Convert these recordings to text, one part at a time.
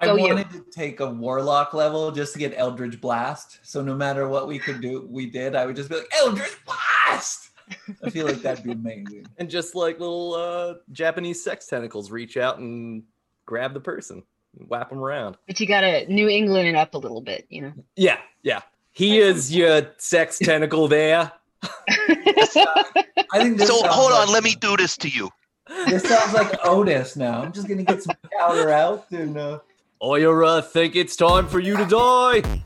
I Go you. wanted to take a warlock level just to get Eldritch Blast. So no matter what we could do, we did. I would just be like Eldritch Blast. I feel like that'd be amazing. and just like little uh, Japanese sex tentacles reach out and grab the person, whap them around. But you gotta New England it up a little bit, you know. Yeah, yeah. He is your sex tentacle there. I think this So sounds hold on, like- let me do this to you. This sounds like Otis now. I'm just gonna get some powder out and uh, Oyura, think it's time for you to die.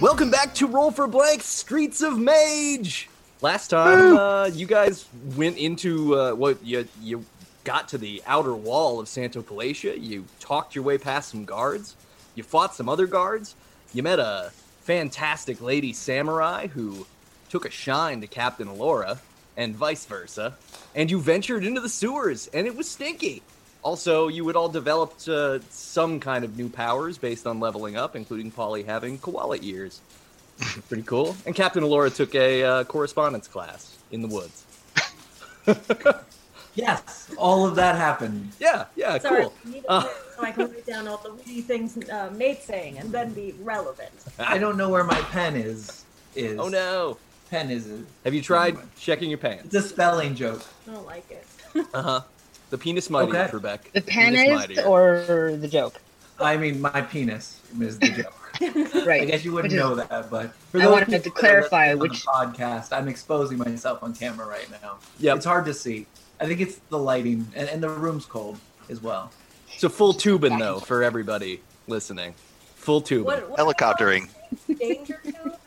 Welcome back to Roll for Blank Streets of Mage. Last time, uh, you guys went into uh, what you you got to the outer wall of Santo Palatia. You talked your way past some guards. You fought some other guards. You met a fantastic lady samurai who took a shine to Captain Alora, and vice versa. And you ventured into the sewers, and it was stinky. Also, you had all developed uh, some kind of new powers based on leveling up, including Polly having koala ears. Pretty cool. And Captain Alora took a uh, correspondence class in the woods. yes, all of that happened. Yeah, yeah, Sorry, cool. I need a Uh. minute so I can write down all the witty things uh, Nate's saying and then be relevant. I don't know where my pen is. Is Oh no! pen is it? Have you tried checking your pants? It's a spelling joke. I don't like it. Uh huh. The penis mighty, Okay. Trebek. the pen penis is mightier. or the joke. I mean, my penis is the joke. I Right. guess you wouldn't Which is- know that, but for I those wanted to people that are clarify listening on the which- podcast I'm exposing myself on camera right now. Yep. it's hard to see. I think it's the lighting, and, and the room's cold as well. It's a full tubing though for everybody listening. Full tubing. What, what Helicoptering. Danger noodle?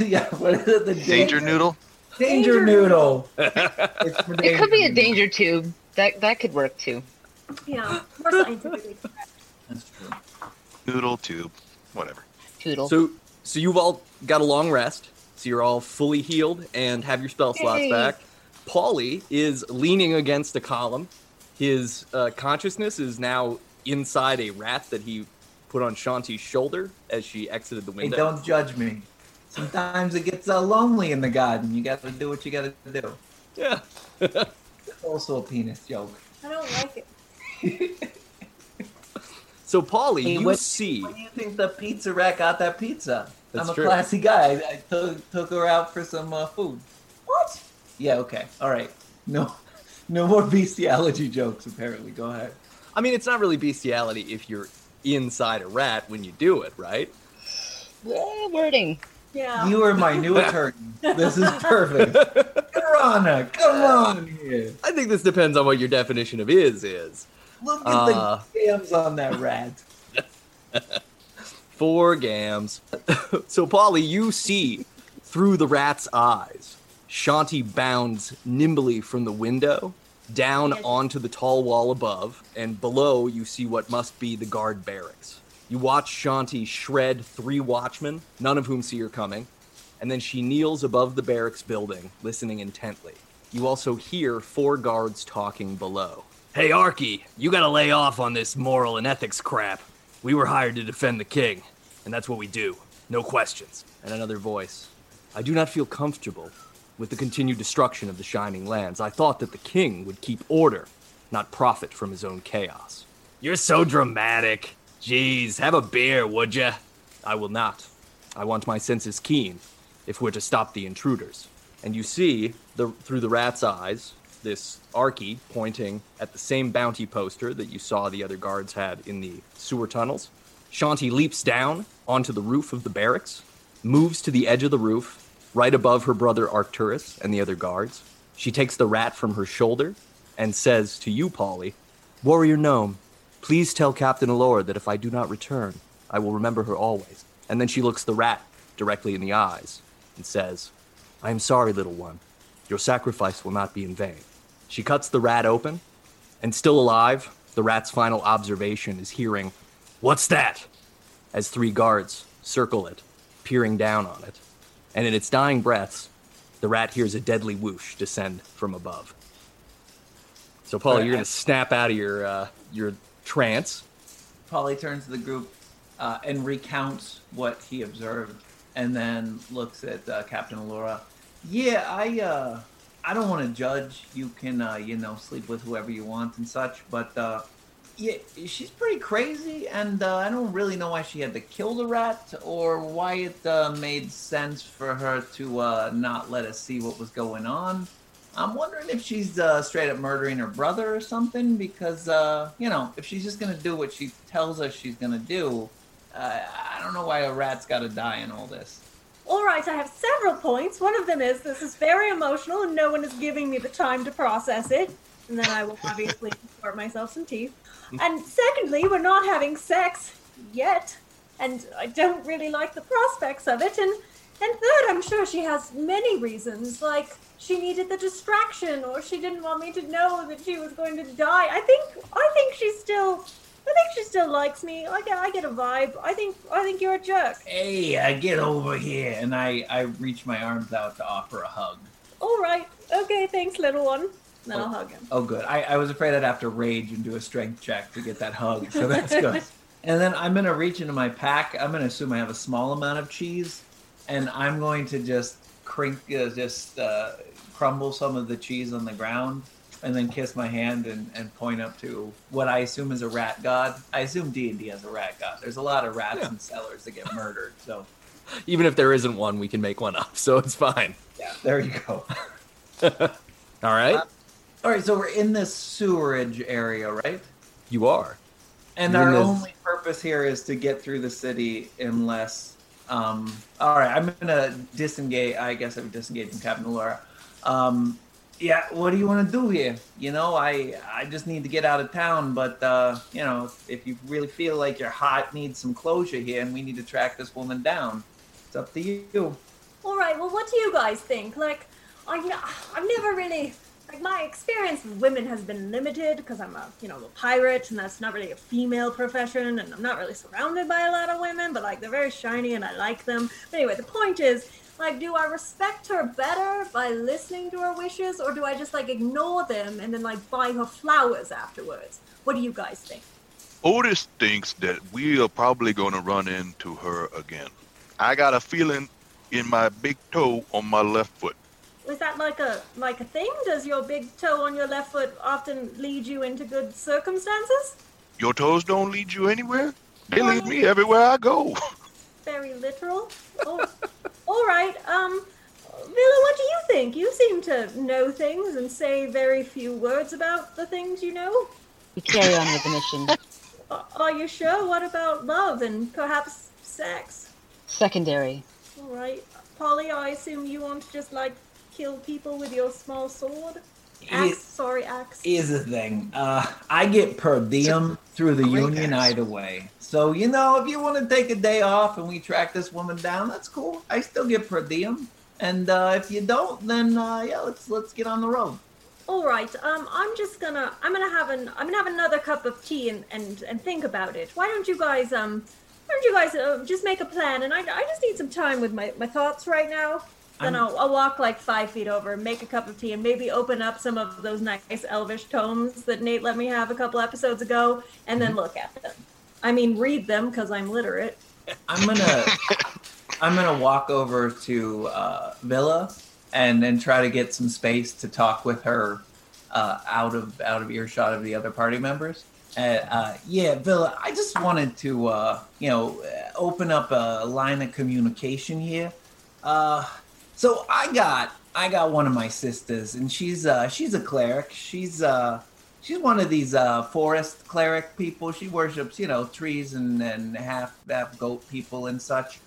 yeah, what is it? The Danger noodle. Danger Danger noodle. It's for It could be a noodle. danger tube. That that could work too. Yeah, more scientifically correct. That's true. Noodle tube. Whatever. Toodle. So, so you've all got a long rest, so you're all fully healed and have your spell slots Yay. back. Paulie is leaning against a column. His uh, consciousness is now inside a rat that he put on Shanti's shoulder as she exited the Hey, window. don't judge me. Sometimes it gets uh, lonely in the garden. You got to do what you got to do. Yeah. It's also a penis joke. I don't like it. So Paulie, Hey, you what- see. Where do you think the pizza rack got that pizza? That's I'm a true. classy guy. I took, took her out for some uh, food. What? Yeah. Okay. All right. No, no more bestiality jokes. Apparently, go ahead. I mean, it's not really bestiality if you're inside a rat when you do it, right? Eh, wording. Yeah. You are my new attorney. this is perfect. Karana, come on here. I think this depends on what your definition of is is. Look at Uh. the jams on that rat. Four gams. so, Polly, you see through the rat's eyes. Shanti bounds nimbly from the window down Yes. onto the tall wall above, and below you see what must be the guard barracks. You watch Shanti shred three watchmen, none of whom see her coming, and then she kneels above the barracks building, listening intently. You also hear four guards talking below. Hey, Arky, you gotta lay off on this moral and ethics crap. We were hired to defend the king, and that's what we do. No questions. And another voice. I do not feel comfortable with the continued destruction of the Shining Lands. I thought that the king would keep order, not profit from his own chaos. You're so dramatic. Jeez, have a beer, would ya? I will not. I want my senses keen if we're to stop the intruders. And you see, the, through the rat's eyes, this Arky pointing at the same bounty poster that you saw the other guards had in the sewer tunnels. Shanti leaps down onto the roof of the barracks, moves to the edge of the roof, right above her brother Arcturus and the other guards. She takes the rat from her shoulder and says to you, Polly, Warrior Gnome, please tell Captain Alora that if I do not return, I will remember her always. And then she looks the rat directly in the eyes and says, I am sorry, little one. Your sacrifice will not be in vain. She cuts the rat open, and still alive, the rat's final observation is hearing, What's that? as three guards circle it, peering down on it. and in its dying breaths, the rat hears a deadly whoosh descend from above. So, Paul, you're gonna snap out of your uh, your trance. Polly turns to the group uh, and recounts what he observed, and then looks at uh, Captain Alora. Yeah, I uh, I don't want to judge. You can uh, you know sleep with whoever you want and such, but uh, yeah, she's pretty crazy, and uh, I don't really know why she had to kill the rat or why it uh, made sense for her to uh, not let us see what was going on. I'm wondering if she's uh, straight up murdering her brother or something because, uh, you know, if she's just going to do what she tells us she's going to do, uh, I don't know why a rat's got to die in all this. All right, I have several points. One of them is this is very emotional and no one is giving me the time to process it. And then I will obviously sort myself some teeth. And secondly, we're not having sex yet. And I don't really like the prospects of it. And and third, I'm sure she has many reasons, like she needed the distraction or she didn't want me to know that she was going to die. I think I think she's still I think she still likes me. I get I get a vibe. I think I think you're a jerk. Hey, I get over here. And I, I reach my arms out to offer a hug. All right. Okay. Thanks, little one. Then I'll hug him. Oh, good. I, I was afraid I'd have to rage and do a strength check to get that hug. So that's good. and then I'm going to reach into my pack. I'm going to assume I have a small amount of cheese. And I'm going to just crink, uh, just uh, crumble some of the cheese on the ground and then kiss my hand and, and point up to what I assume is a rat god. I assume D&D has a rat god. There's a lot of rats Yeah. and cellars that get murdered. So Even if there isn't one, we can make one up, so it's fine. yeah, there you go. All right, All right. So we're in this sewerage area, right? you are. And You're our in this- only purpose here is to get through the city unless. Um, all right, I'm gonna disengage. I guess I'm disengaging Captain Laura. Um, yeah, what do you want to do here? You know, I I just need to get out of town. But uh, you know, if, if you really feel like you're hot, need some closure here, and we need to track this woman down. It's up to you. All right. Well, what do you guys think? Like, I've, n- I've never really like my experience with women has been limited because I'm a you know a pirate and that's not really a female profession and I'm not really surrounded by a lot of women. But like they're very shiny and I like them. But anyway, the point is. Like, do I respect her better by listening to her wishes, or do I just like ignore them and then like buy her flowers afterwards? What do you guys think? Otis thinks that we are probably going to run into her again. I got a feeling in my big toe on my left foot. Is that like a like a thing? Does your big toe on your left foot often lead you into good circumstances? Your toes don't lead you anywhere. They lead me everywhere I go. Very literal. Oh, all right. Um, Villa, what do you think? You seem to know things and say very few words about the things you know. We carry on with the mission. A- Are you sure? What about love and perhaps sex? Secondary. All right, Polly. I assume you want to just like kill people with your small sword. Axe. It- sorry, axe. is the thing. Uh, I get per diem through the Great union ass. either way. So you know, if you want to take a day off and we track this woman down, that's cool. I still get per diem. And uh, if you don't, then uh, yeah, let's let's get on the road. All right. Um, I'm just gonna. I'm gonna have an. I'm gonna have another cup of tea and and and think about it. Why don't you guys um, why don't you guys uh, just make a plan? And I I just need some time with my my thoughts right now. Then I'm- I'll, I'll walk like five feet over, make a cup of tea, and maybe open up some of those nice elvish tomes that Nate let me have a couple episodes ago, and then look at them. I mean, read them because I'm literate. I'm gonna I'm gonna walk over to uh, Villa and and try to get some space to talk with her uh, out of out of earshot of the other party members. Uh, uh, yeah, Villa, I just wanted to uh, you know uh, open up a line of communication here. Uh, so I got I got one of my sisters, and she's uh, she's a cleric. She's uh, she's one of these uh, forest cleric people. She worships you know trees and and half half goat people and such.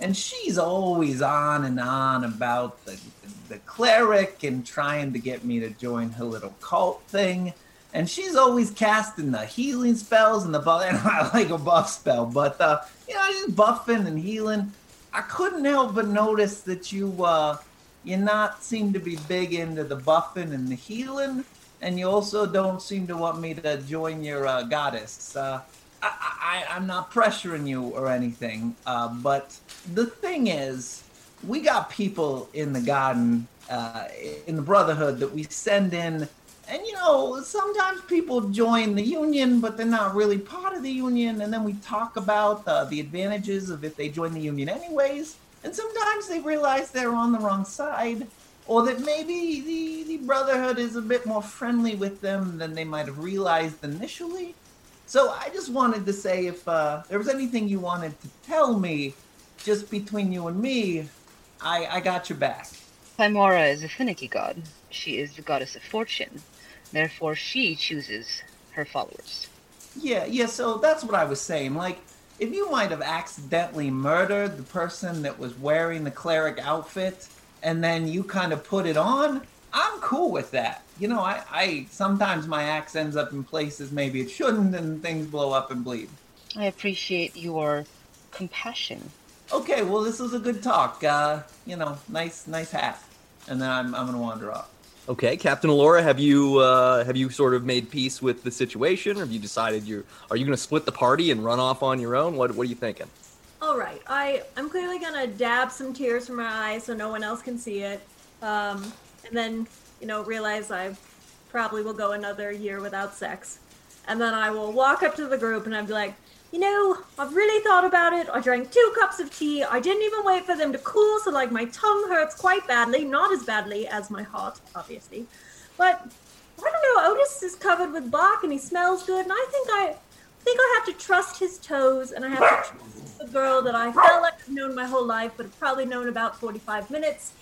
And she's always on and on about the the cleric and trying to get me to join her little cult thing. And she's always casting the healing spells and the buff. And I like a buff spell, but uh, you know, just buffing and healing. I couldn't help but notice that you uh, you not seem to be big into the buffing and the healing, and you also don't seem to want me to join your uh, goddess. Uh, I, I, I'm not pressuring you or anything, uh, but the thing is, we got people in the garden, uh, in the brotherhood that we send in, and you know, sometimes people join the union, but they're not really part of the union. And then we talk about uh, the advantages of if they join the union anyways. And sometimes they realize they're on the wrong side, or that maybe the, the brotherhood is a bit more friendly with them than they might have realized initially. So I just wanted to say if uh, there was anything you wanted to tell me, just between you and me, I, I got your back. Timora is a finicky god. She is the goddess of fortune. Therefore, she chooses her followers. Yeah, yeah, so that's what I was saying. Like, if you might have accidentally murdered the person that was wearing the cleric outfit and then you kind of put it on, I'm cool with that. You know, I, I sometimes my axe ends up in places maybe it shouldn't and things blow up and bleed. I appreciate your compassion. Okay, well, this was a good talk. Uh, you know, nice, nice hat. And then I'm, I'm going to wander off. Okay, Captain Alora, have you uh, have you sort of made peace with the situation? Or have you decided you are you going to split the party and run off on your own? What what are you thinking? All right, I I'm clearly gonna dab some tears from my eyes so no one else can see it, um, and then you know realize I probably will go another year without sex, and then I will walk up to the group and I'll be like, you know, I've really thought about it. I drank two cups of tea. I didn't even wait for them to cool, so like my tongue hurts quite badly, not as badly as my heart, obviously, but I don't know. Otis is covered with bark and he smells good, and I think I I think I have to trust his toes, and I have to trust the girl that I felt like I've known my whole life, but have probably known about 45 minutes.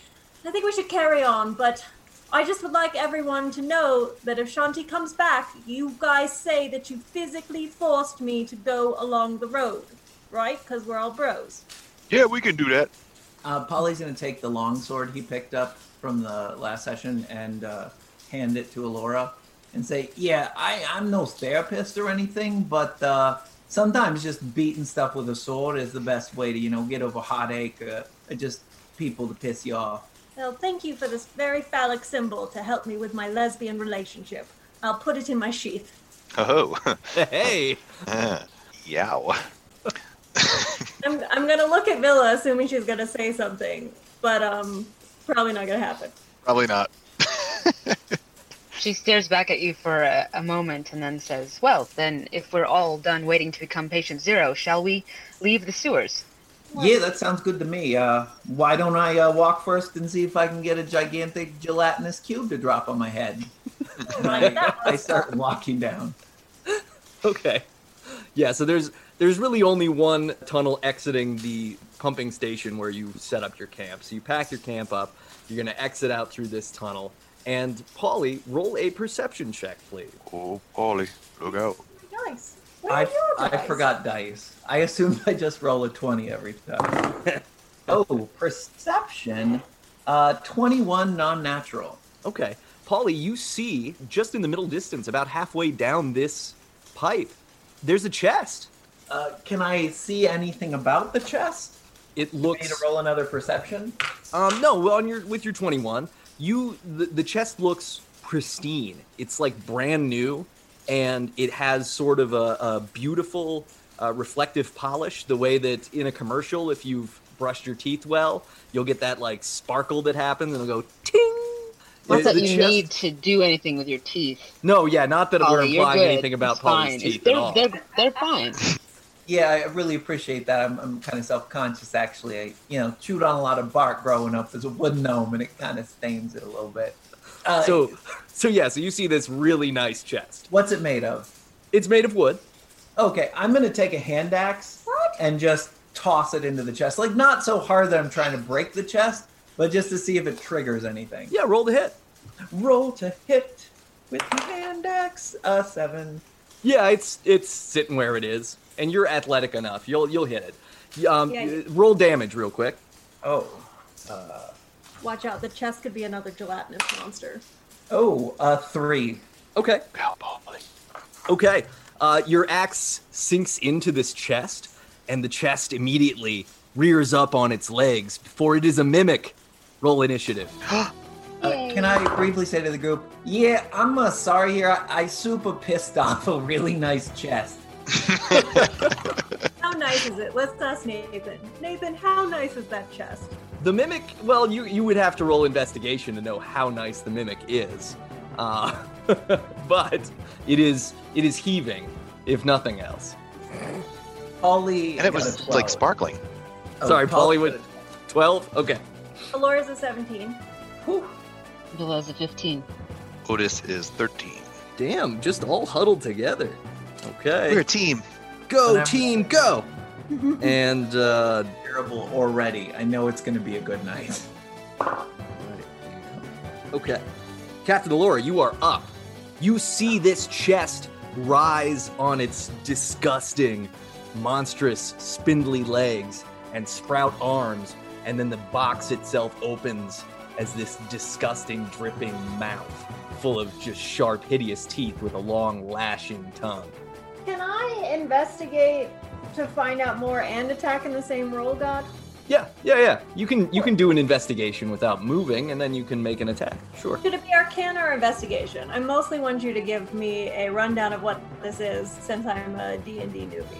I think we should carry on, but I just would like everyone to know that if Shanti comes back, you guys say that you physically forced me to go along the road, right? Because we're all bros. Yeah, we can do that. Uh, Polly's going to take the longsword he picked up from the last session and uh, hand it to Alora and say, Yeah, I, I'm no therapist or anything, but uh, sometimes just beating stuff with a sword is the best way to, you know, get over heartache uh, or just people to piss you off. Well, thank you for this very phallic symbol to help me with my lesbian relationship. I'll put it in my sheath. Oh, Hey, yow. I'm, I'm gonna look at Villa, assuming she's gonna say something, but um, probably not gonna happen. Probably not. She stares back at you for a, a moment and then says, Well, then, if we're all done waiting to become patient zero, shall we leave the sewers? Yeah, that sounds good to me. Uh, why don't I uh, walk first and see if I can get a gigantic gelatinous cube to drop on my head? I, I start walking down. okay, yeah. So there's there's really only one tunnel exiting the pumping station where you set up your camp. So you pack your camp up. You're going to exit out through this tunnel. And Polly, roll a perception check, please. Oh, Polly, look out. Nice. Where are I, your I dice? forgot dice. I assumed I just roll a 20 every time. oh, perception. Uh, 21 non natural. Okay. Polly, you see just in the middle distance, about halfway down this pipe, there's a chest. Uh, can I see anything about the chest? It I need to looks roll another perception. um no, well, on your with your 21, you the, the chest looks pristine. It's like brand new and it has sort of a, a beautiful uh, reflective polish the way that in a commercial if you've brushed your teeth well, you'll get that like sparkle that happens and it'll go ting. Not The- that the you chest- need to do anything with your teeth. No, yeah, not that we're Polly, you're implying good. anything about It's Polly's fine. It's- teeth at they're, all. they're, they're fine. Yeah, I really appreciate that. I'm, I'm kind of self conscious, actually. I, you know, chewed on a lot of bark growing up as a wood gnome, and it kind of stains it a little bit. Uh, So, so yeah, so you see this really nice chest. what's it made of? It's made of wood. Okay, I'm gonna take a hand axe and just toss it into the chest. Like not so hard that I'm trying to break the chest, but just to see if it triggers anything. Yeah, roll the hit. Roll to hit with the hand axe. A seven. Yeah, it's it's sitting where it is, and you're athletic enough. You'll you'll hit it. Y- Um, Yeah. uh, roll damage real quick. Oh. Watch out, the chest could be another gelatinous monster. Oh, a three. Okay, Ow, Polly. okay. Uh, your axe sinks into this chest, and the chest immediately rears up on its legs before it is a mimic. Roll initiative. Uh, can I briefly say to the group, yeah, I'm uh, sorry here. I, I super pissed off a really nice chest. How nice is it? Let's ask Nathan. Nathan, how nice is that chest? The mimic, well, you you would have to roll investigation to know how nice the mimic is, uh, but it is it is heaving, if nothing else. Polly. And it got a was 12. like sparkling. Oh, Sorry, Polly got would- a- Twelve. Okay. Alora's a 17. Whew. Below's a 15. Otis is 13. Damn, just all huddled together. Okay. We're a team. Go And I'm- team, go! Mm-hmm. and uh, Terrible already. I know it's going to be a good night. Okay. Captain Alora, you are up. You see this chest rise on its disgusting, monstrous, spindly legs and sprout arms, and then the box itself opens as this disgusting, dripping mouth full of just sharp, hideous teeth with a long, lashing tongue. Can I investigate to find out more and attack in the same roll, God? Yeah, yeah, yeah. You can you can do an investigation without moving, and then you can make an attack. Sure. Should it be Arcana or investigation? I mostly want you to give me a rundown of what this is since I'm a D&D newbie.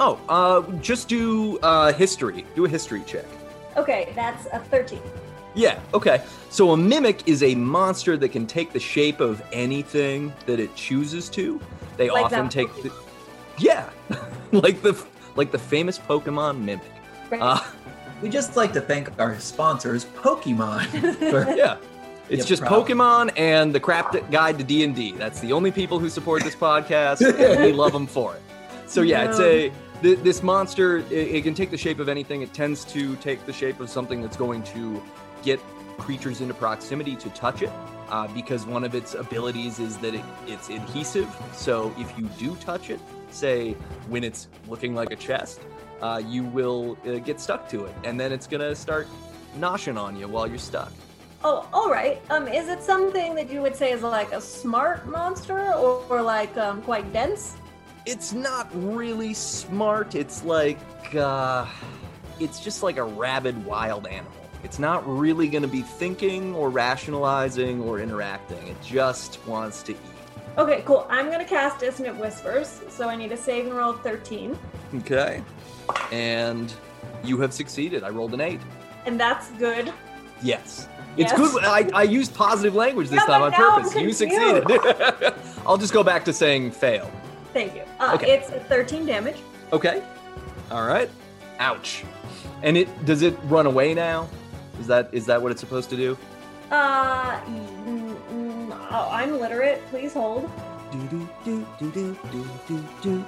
Oh, uh, just do uh, history. Do a history check. Okay, that's a 13. Yeah, okay. So a mimic is a monster that can take the shape of anything that it chooses to. They Like often that take the Yeah. like the like the famous Pokemon mimic. Right? Uh, We just like to thank our sponsors, Pokemon. for- yeah. It's Yeah, just probably. Pokemon and the crap that guide to D&D. That's the only people who support this podcast and we love them for it. So yeah, it's a th- this monster it, it can take the shape of anything. It tends to take the shape of something that's going to get creatures into proximity to touch it. Uh, because one of its abilities is that it, it's adhesive. So if you do touch it, say when it's looking like a chest, uh, you will uh, get stuck to it. And then it's going to start noshing on you while you're stuck. oh, all right. Um, is it something that you would say is like a smart monster or, or like um, quite dense? it's not really smart. It's like, uh, it's just like a rabid wild animal. It's not really going to be thinking or rationalizing or interacting. It just wants to eat. Okay, cool. I'm gonna cast Dissonant Whispers, so I need a saving roll of 13, Okay. And you have succeeded. I rolled an eight. and that's good. Yes. It's Yes. good. I, I used positive language this Yeah, time but on now I'm purpose. You succeeded. I'll just go back to saying fail. Thank you. Uh, Okay. It's 13 damage. Okay. All right. Ouch. And it does it run away now? Is that is that what it's supposed to do? Uh, mm, mm, oh, I'm literate. Please hold. Do do do do do do do do.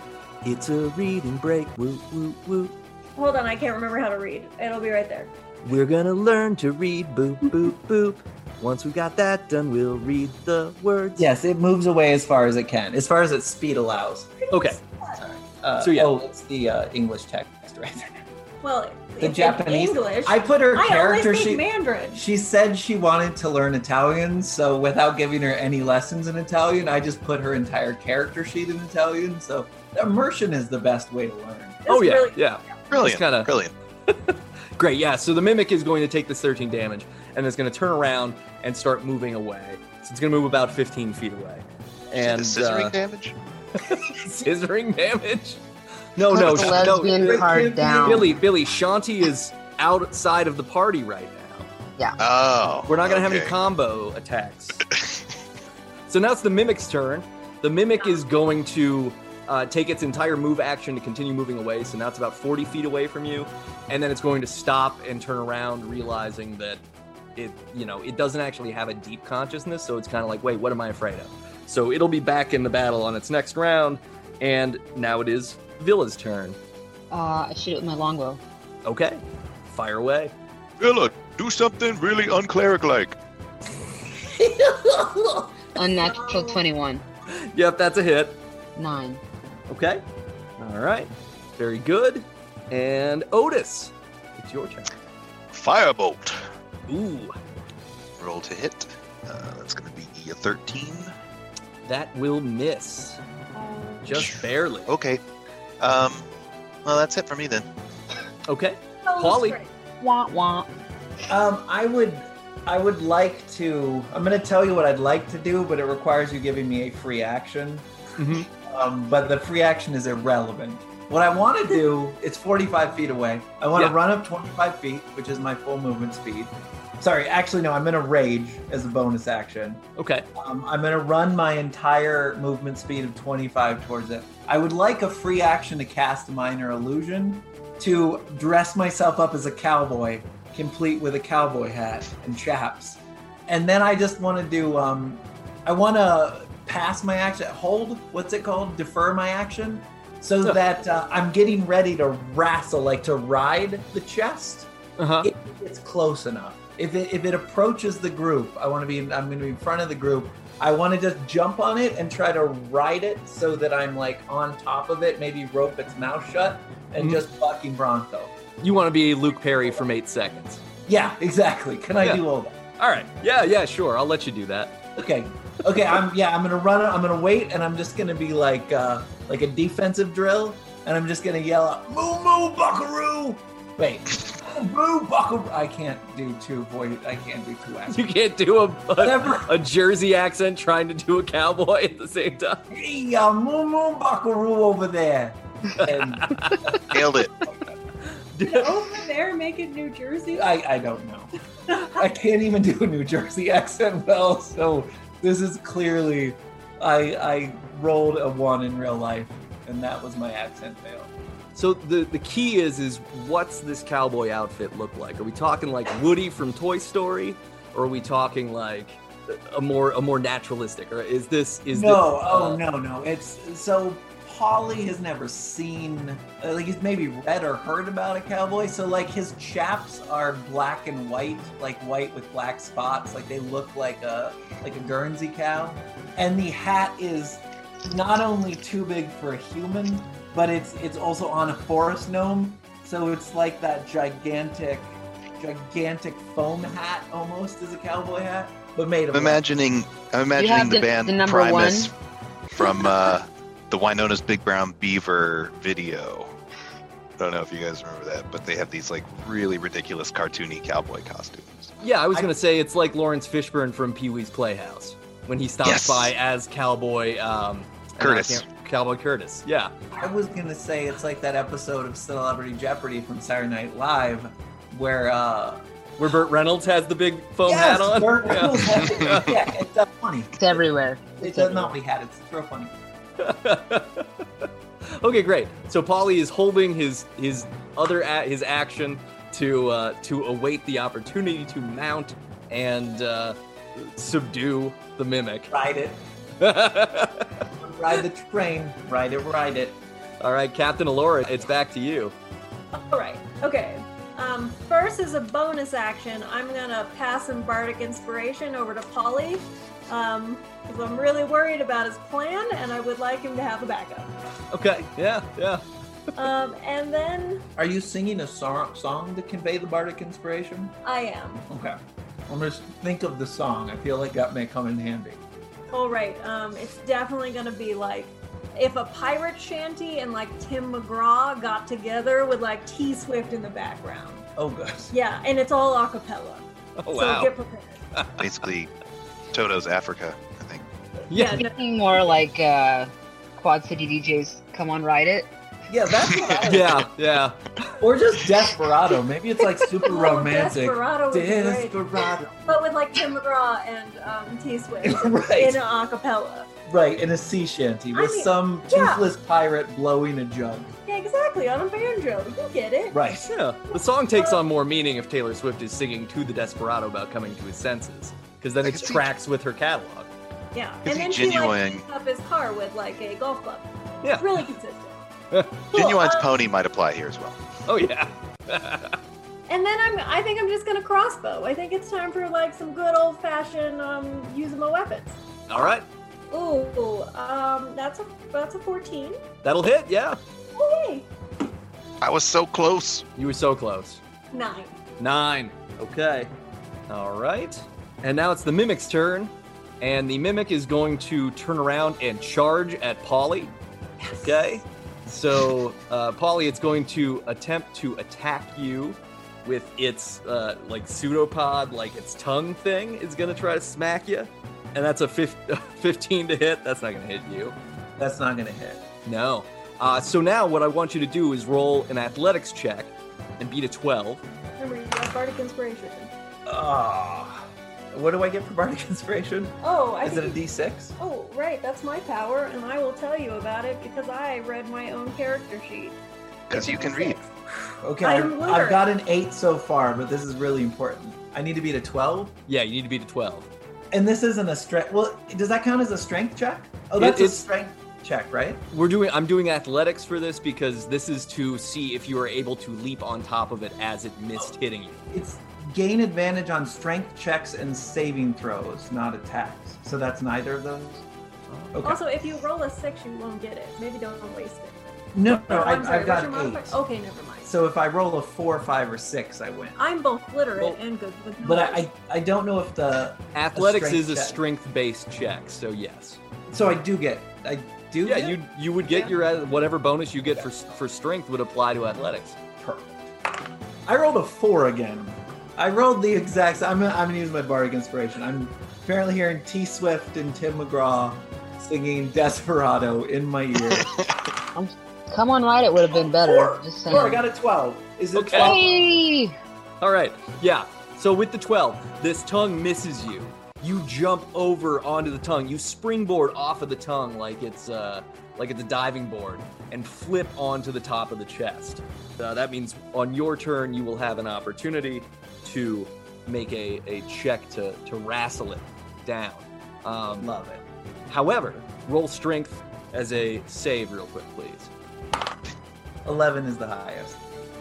It's a reading break. Woo woo woo. Hold on, I can't remember how to read. It'll be right there. We're gonna learn to read. Boop boop boop. Once we got that done, we'll read the words. yes, it moves away as far as it can, as far as its speed allows. Okay. Uh, So, yeah. Oh, it's the uh, English text right there. Well, The it's Japanese- in English. I put her I character always sheet. think Mandarin. She said she wanted to learn Italian, so without giving her any lessons in Italian, I just put her entire character sheet in Italian. So immersion is the best way to learn. This Oh yeah, really- yeah. Brilliant. kinda- Brilliant. Great. Yeah. So the mimic is going to take this 13 damage and it's going to turn around and start moving away. So it's going to move about 15 feet away. And the scissoring uh, damage. scissoring damage. No, no, Put the sh- no. lesbian card down. Billy, Billy, Shanti is outside of the party right now. Oh. We're not gonna have any okay. combo attacks. so now it's the mimic's turn. The mimic is going to uh, take its entire move action to continue moving away. So now it's about 40 feet away from you, and then it's going to stop and turn around, realizing that it, you know, it doesn't actually have a deep consciousness. So it's kind of like, wait, what am I afraid of? So it'll be back in the battle on its next round, and now it is Villa's turn. Uh, I shoot it with my longbow. Okay, fire away. Villa, do something really uncleric like. Unnatural No. 21. Yep, that's a hit. 9. Okay. All right. Very good. And Otis, it's your turn. Firebolt. Ooh, Roll to hit. Uh, that's going to be a 13. that will miss. Just barely. Okay. Um, well, that's it for me then. Okay. Oh, Polly. great. Wah, wah. Um, I would, I would like to. I'm going to tell you what I'd like to do, but it requires you giving me a free action. Mhm. Um, but the free action is irrelevant. What I want to do, it's 45 feet away. I want to Yeah. run up 25 feet, which is my full movement speed. Sorry, actually, no, I'm in a rage as a bonus action. Okay. Um, I'm going to run my entire movement speed of 25 towards it. I would like a free action to cast a minor illusion to dress myself up as a cowboy, complete with a cowboy hat and chaps. And then I just want to do, um, I want to pass my action, hold, what's it called? Defer my action so Huh. that uh, I'm getting ready to wrestle, like to ride the chest Uh huh. if it's close enough. If it, if it approaches the group, I want to be. in- I'm going to be in front of the group. I want to just jump on it and try to ride it so that I'm like on top of it. Maybe rope its mouth shut and Mhm. just fucking bronco. You want to be Luke Perry from eight seconds. Yeah, exactly. Can I Yeah. do all that? All right. Yeah, yeah, sure. I'll let you do that. Okay, okay. I'm yeah. I'm gonna run. I'm gonna wait, and I'm just gonna be like uh, like a defensive drill, and I'm just gonna yell out, "Moo moo, buckaroo!" Wait, moo moo, buckaroo. I can't do two voice. I can't do two accents. You can't do a, a, Whatever. a Jersey accent trying to do a cowboy at the same time. Hey, uh, Moon Moon Buckaroo over there. And Nailed it. Over there, make it New Jersey. I, I don't know. I can't even do a New Jersey accent well, so this is clearly. I, I rolled a one in real life, and that was my accent fail. So the the key is is what's this cowboy outfit look like? Are we talking like Woody from Toy Story, or are we talking like a more a more naturalistic? Or is this is no, this, oh uh, no, no. It's so Polly has never seen, uh, like he's maybe read or heard about a cowboy. So like his chaps are black and white, like white with black spots, like they look like a like a Guernsey cow, and the hat is not only too big for a human, but it's it's also on a forest gnome. So it's like that gigantic, gigantic foam hat almost as a cowboy hat, but made of I'm imagining. I'm imagining have the, the- band the number Primus from uh, the Winona's Big Brown Beaver video. I don't know if you guys remember that, but they have these like really ridiculous cartoony cowboy costumes. Yeah, I was I- gonna say it's like Lawrence Fishburne from Pee Wee's Playhouse when he stops Yes. by as cowboy um, and I Curtis. can't- Cowboy Curtis. Yeah. I was gonna say it's like that episode of Celebrity Jeopardy from Saturday Night Live, where uh, Where Burt Reynolds has the big foam hat on. Burt Yeah. Reynolds had it. yeah. it's uh, funny. It's everywhere. It does not we had it. It's real funny. okay, great. So Polly is holding his his other a- his action to uh, to await the opportunity to mount and uh, subdue the mimic. Ride it, ride the train, ride it, ride it. All right, Captain Alora, it's back to you. All right. Okay. Um, first, as a bonus action, I'm gonna pass some bardic inspiration over to Polly, um, because I'm really worried about his plan, and I would like him to have a backup. Okay, yeah, yeah. Um, and then Are you singing a song, song to convey the bardic inspiration? I am. Okay, I'm gonna think of the song. I feel like that may come in handy. All right. Um, it's definitely gonna be like if a pirate shanty and like Tim McGraw got together with like T Swift in the background. Oh, good. Yeah, and it's all a cappella. Oh So wow. get prepared. Basically, Toto's Africa, I think. yeah. Thinking more like uh, Quad City DJs. Come on, ride it. Yeah, that's what I Yeah, yeah. Or just Desperado. Maybe it's like super Oh, romantic. Desperado would be great. Desperado. but with like Tim McGraw and um, T Swift right. in a acapella. Right, in a sea shanty with I mean, some yeah. toothless pirate blowing a jug. Yeah, exactly, on a banjo. You get it. Right. Yeah, the song takes on more meaning if Taylor Swift is singing to the desperado about coming to his senses, because then I it can see- tracks with her catalog. Yeah. Is and he then genuine? she like beats up his car with like a golf club. Yeah. Really consistent. Genuine's um, pony might apply here as well. Oh yeah. And then I'm I think I'm just gonna crossbow. I think it's time for like some good old fashioned um using my weapons. All right, Ooh, um that's a that's a fourteen. Oh, that'll hit. Yeah, Okay. I was so close. you were so close. Nine. Nine. Okay. All right. And now it's the mimic's turn, and the mimic is going to turn around and charge at Polly. Okay. So, uh, Polly, it's going to attempt to attack you with its uh, like pseudopod, like its tongue thing. It's going to try to smack you, and that's a fif- 15 to hit. That's not going to hit you. That's not gonna hit. No. Uh, so now what I want you to do is roll an athletics check and beat a 12. Remember, you got Bardic Inspiration. Ah, what do I get for bardic inspiration? Oh, I Is it a think D six? Oh, right, that's my power, and I will tell you about it because I read my own character sheet. Because you can read. Okay, I I am I've literate. got an eight so far, but this is really important. I need to beat a twelve, Yeah, you need to beat a 12. and this isn't a strength. Well, does that count as a strength check? Oh, It- that's a it's- strength check, right? We're doing I'm doing athletics for this because this is to see if you are able to leap on top of it as it missed hitting you. It's gain advantage on strength checks and saving throws, not attacks. So that's neither of those. Okay. Oh. Also, if you roll a six, you won't get it. Maybe don't waste it. no, no, Oh, I, I'm sorry, I've got what's your an modifier? Oh, eight. Okay, never mind. So if I roll a four, five, or six, I win. I'm both literate Well, and good with But I, numbers. I, I don't know if the Athletics strength is a check. strength-based check, so yes. so I do get I do Yeah, get? you you would get Yeah. your your whatever bonus you get for for strength would apply to athletics. Perfect. I rolled a four again. I rolled the exact. s- I'm gonna, I'm gonna use my bardic inspiration. I'm apparently hearing T Swift and Tim McGraw singing Desperado in my ear. Come on, right. It would have been better. Four. Just saying. Four. I got a twelve. Is it Okay. twelve? Hey! All right. Yeah. So with the 12, this tongue misses you. You jump over onto the tongue. You springboard off of the tongue like it's uh like it's a diving board and flip onto the top of the chest. Uh, that means on your turn you will have an opportunity to make a, a check to to wrestle it down. Um, Love it. however, roll strength as a save real quick, please. Eleven is the highest.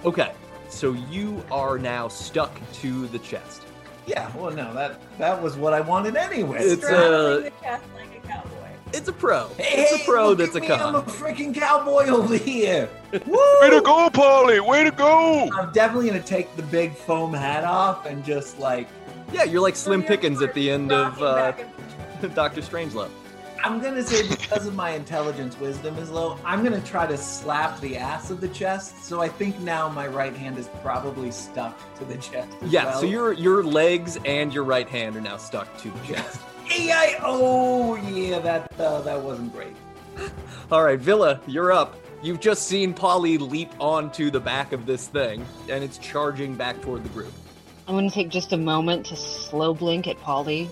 Okay. So you are now stuck to the chest. Yeah. Well, no, that that was what I wanted anyway. It's Straddling uh, the chest like a cowboy. It's a pro. Hey, it's a pro look that's a at me, con. I'm a freaking cowboy over here. Woo! Way to go, Polly! Way to go! I'm definitely gonna take the big foam hat off and just like Yeah, you're like Slim Three or Pickens four, at the end rocking of uh, back and- Doctor Strangelove. I'm gonna say because of my intelligence, wisdom is low. I'm gonna try to slap the ass of the chest. So I think now my right hand is probably stuck to the chest. as Yeah, well. so your your legs and your right hand are now stuck to the chest. AI. Oh yeah, that uh, that wasn't great. All right, Villa, you're up. You've just seen Polly leap onto the back of this thing, and it's charging back toward the group. I'm gonna take just a moment to slow blink at Polly,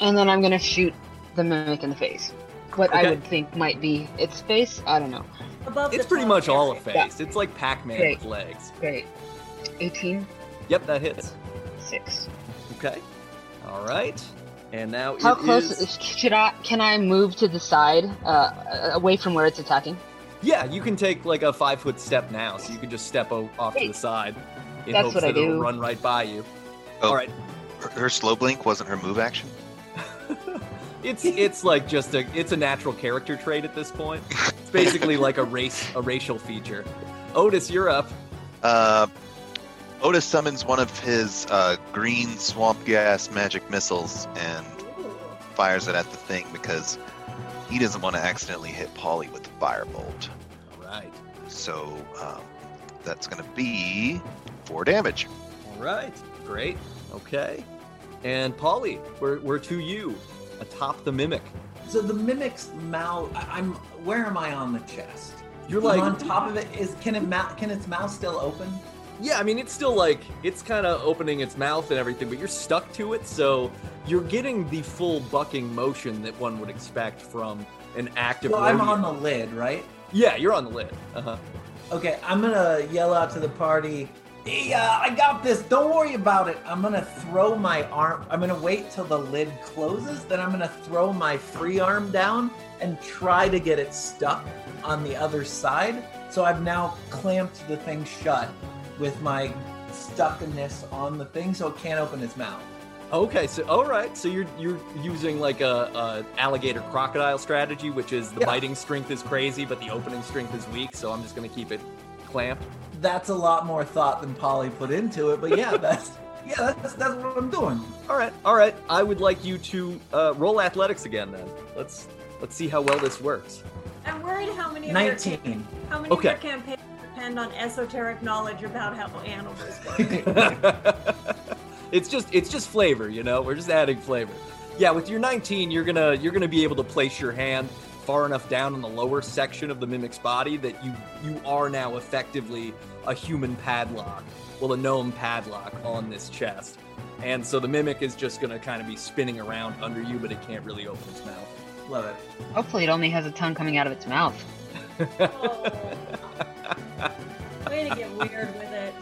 and then I'm gonna shoot the mimic in the face. What Okay. I would think might be its face. I don't know. Above It's the pretty tongue much all a area. face. It's like Pac-Man Great. with legs. Great. 18, Yep, that hits. 6. Okay. All right. And now How it close is- is... should I? Can I move to the side, uh, away from where it's attacking? Yeah, you can take like a five foot step now, so you can just step o- off to the side in That's hopes what that I it'll do. run right by you. Oh. All right, Her, her slow blink wasn't her move action. it's it's like just a it's a natural character trait at this point. It's basically like a race a racial feature. Otis, you're up. Uh, Otis summons one of his uh, green swamp gas magic missiles and Ooh. fires it at the thing because he doesn't want to accidentally hit Polly with the firebolt. All right, So um, that's going to be four damage. all right, great, okay. And Polly, we're we're to you, atop the mimic. So the mimic's mouth. I- I'm. Where am I on the chest? You're I'm like on top of it. Is can it mou- can its mouth still open? Yeah, I mean it's still like it's kind of opening its mouth and everything, but you're stuck to it, so you're getting the full bucking motion that one would expect from an active. So I'm rodeo. on the lid, right? Yeah, you're on the lid. Uh-huh. Okay, I'm gonna yell out to the party. Yeah, I got this. Don't worry about it. I'm gonna throw my arm. I'm gonna wait till the lid closes. Then I'm gonna throw my free arm down and try to get it stuck on the other side. So I've now clamped the thing shut with my stuckness on the thing, so it can't open its mouth. Okay, so all right, so you're you're using like a, a alligator crocodile strategy, which is the Yeah. biting strength is crazy, but the opening strength is weak. So I'm just gonna keep it clamped. That's a lot more thought than Polly put into it, but yeah, that's yeah, that's that's what I'm doing. All right, all right. I would like you to uh, roll athletics again. Then let's let's see how well this works. I'm worried how many of your cam- Nineteen. how many of your Okay. campaigns depend on esoteric knowledge about how animals work. it's just it's just flavor, you know. We're just adding flavor. Yeah, with your 19, you're gonna you're gonna be able to place your hand far enough down in the lower section of the mimic's body that you you are now effectively a human padlock, well, a gnome padlock on this chest. And so the mimic is just going to kind of be spinning around under you, but it can't really open its mouth. Love it. Hopefully, it only has a tongue coming out of its mouth. Oh. Way to get weird with it.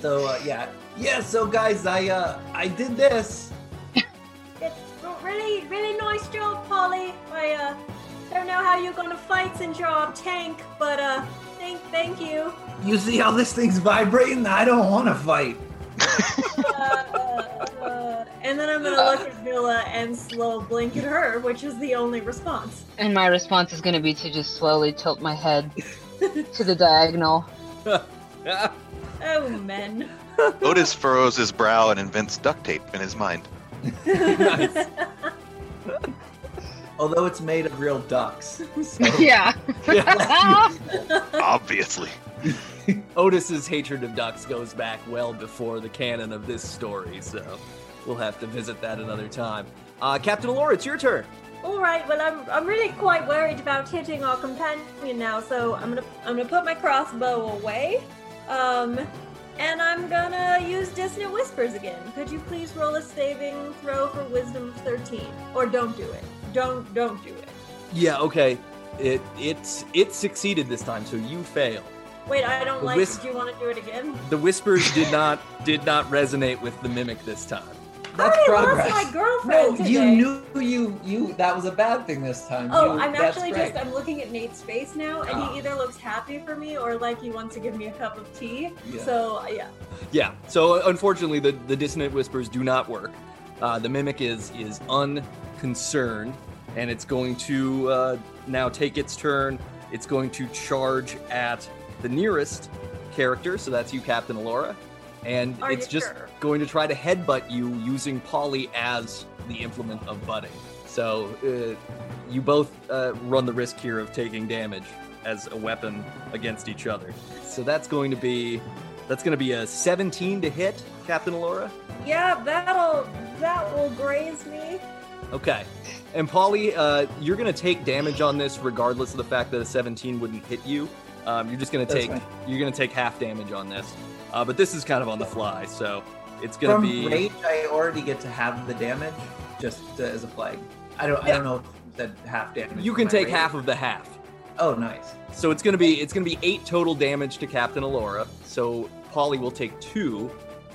So uh, yeah, yeah. So guys, I uh, I did this. It's a really, really nice job, Polly. I uh, don't know how you're gonna fight since you're our tank, but uh, thank, thank you. You see how this thing's vibrating? I don't want to fight. Uh, uh, uh, and then I'm gonna look at Villa and slow blink at her, which is the only response. And my response is going to be to just slowly tilt my head to the diagonal. Oh, men. Otis furrows his brow and invents duct tape in his mind. Nice. Although it's made of real ducks. So Yeah. Obviously. Otis's hatred of ducks goes back well before the canon of this story, so we'll have to visit that another time. Uh, Captain Laura, it's your turn. All right. Well, I'm, I'm really quite worried about hitting our companion now, so I'm gonna I'm gonna put my crossbow away, um, and I'm gonna use dissonant whispers again. Could you please roll a saving throw for wisdom of thirteen, or don't do it. Don't don't do it. Yeah, okay. It it's it succeeded this time, so you fail. Wait, I don't The like. whis- it. Do you want to do it again? The whispers did not did not resonate with the mimic this time. that's I progress. lost my girlfriend No, today. you knew you you that was a bad thing this time. Oh, You- I'm that's actually great. just I'm looking at Nate's face now, and Ah. he either looks happy for me or like he wants to give me a cup of tea. Yeah. So yeah, Yeah. So unfortunately, the, the dissonant whispers do not work. Uh, the mimic is is unconcerned, and it's going to uh, now take its turn. It's going to charge at the nearest character. So that's you, Captain Alora, and Are it's you just sure? going to try to headbutt you using Polly as the implement of butting. So uh, you both uh, run the risk here of taking damage as a weapon against each other. So that's going to be that's going to be a 17 to hit, Captain Alora. yeah, that'll that will graze me. Okay. And Polly, uh, you're going to take damage on this, regardless of the fact that a 17 wouldn't hit you. Um, you're just going to That's take fine. you're going to take half damage on this. Uh, but this is kind of on the fly, so it's going to From be rage, I already get to half the damage, just uh, as a flag. I don't I Yeah. don't know if that half damage. you is can my take rage. half of the half. Oh, nice. So it's gonna be it's gonna be eight total damage to Captain Alora. So Polly will take two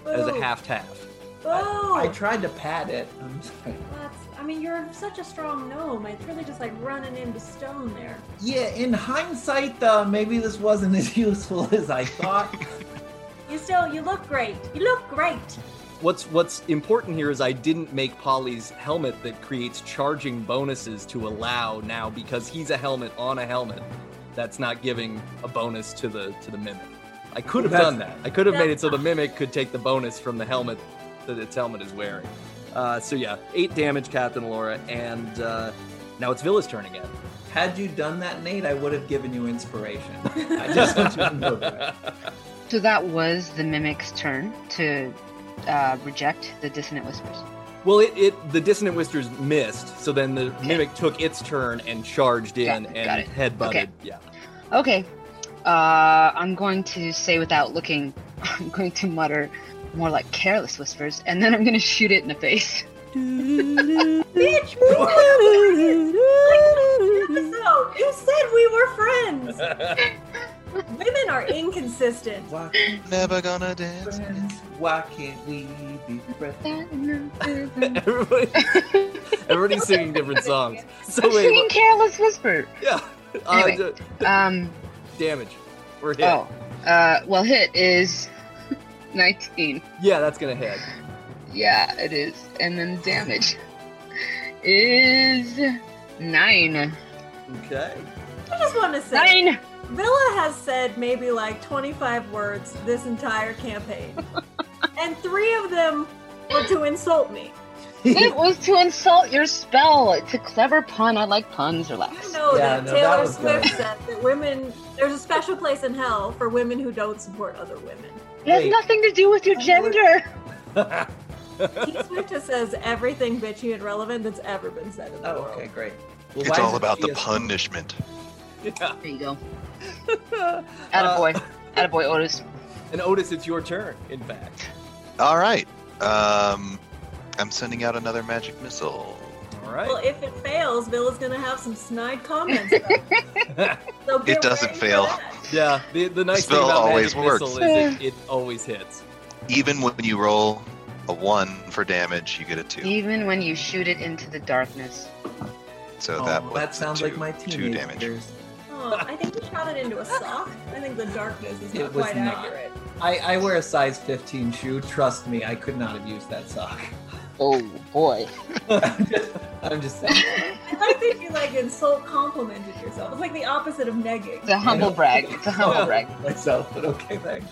as a Boo. half half. Boo. I tried to pat it. I'm sorry. That's, I mean, you're such a strong gnome. It's really just like running into stone there. Yeah, in hindsight, uh, maybe this wasn't as useful as I thought. You still, you look great. You look great. What's what's important here is I didn't make Polly's helmet that creates charging bonuses to allow now because he's a helmet on a helmet. That's not giving a bonus to the to the mimic. I could have That's- done that. I could have made it so the mimic could take the bonus from the helmet that its helmet is wearing. Uh, so yeah, eight damage, Captain Alora, and uh, now it's Villa's turn again. Had you done that, Nate, I would have given you inspiration. I just want you to know that. so that was the mimic's turn to uh, reject the dissonant whispers. Well, it, it the dissonant whispers missed, so then the mimic took its turn and charged in Got it, got and it. headbutted. Okay. Yeah. Okay. Uh, I'm going to say without looking, I'm going to mutter more like careless whispers, and then I'm going to shoot it in the face. Bitch, we talked about this. Like, episode. You said we were friends. Women are inconsistent. Why, Never gonna dance. friends, why can't we be friends? Everybody, everybody's singing different songs. So I'm singing wait, careless whisper. yeah. Uh, Anyway. d- Um. damage. We're hit. Oh. Uh. Well, hit is 19. Yeah, that's gonna hit. Yeah, it is. And then damage is nine. Okay. I just want to say. Nine. Villa has said maybe like 25 words this entire campaign. and three of them were to insult me. it was to insult your spell. It's a clever pun. I like puns. I Relax. know Yeah, that no, that Taylor was Swift good. said that women, there's a special place in hell for women who don't support other women. It has Wait. nothing to do with your gender. T Swift just says everything bitchy and relevant that's ever been said in the Oh, world. okay, great. Well, why it's is all it about the obvious? punishment. Yeah. There you go. Uh, Attaboy. Attaboy, Otis. and Otis, it's your turn. In fact. All right. Um, I'm sending out another magic missile. All Well, right. if it fails, Villa's gonna have some snide comments. About it. So get doesn't ready for fail. that. yeah. The, the nice thing spell about always magic works. missile is it, it always hits. Even when you roll a one for damage, you get a two. Even when you shoot it into the darkness. So that Oh, was that a sounds two, like my two teenage damage. years. Oh, I think we shot it into a sock. I think the darkness is It not was quite not. accurate. I, I wear a size 15 shoe. Trust me, I could not have used that sock. Oh boy. I'm just saying. I like that you like insult complimented yourself. It's like the opposite of negging. It's a humble brag. It's a humble Yeah. brag. myself, but okay, thanks.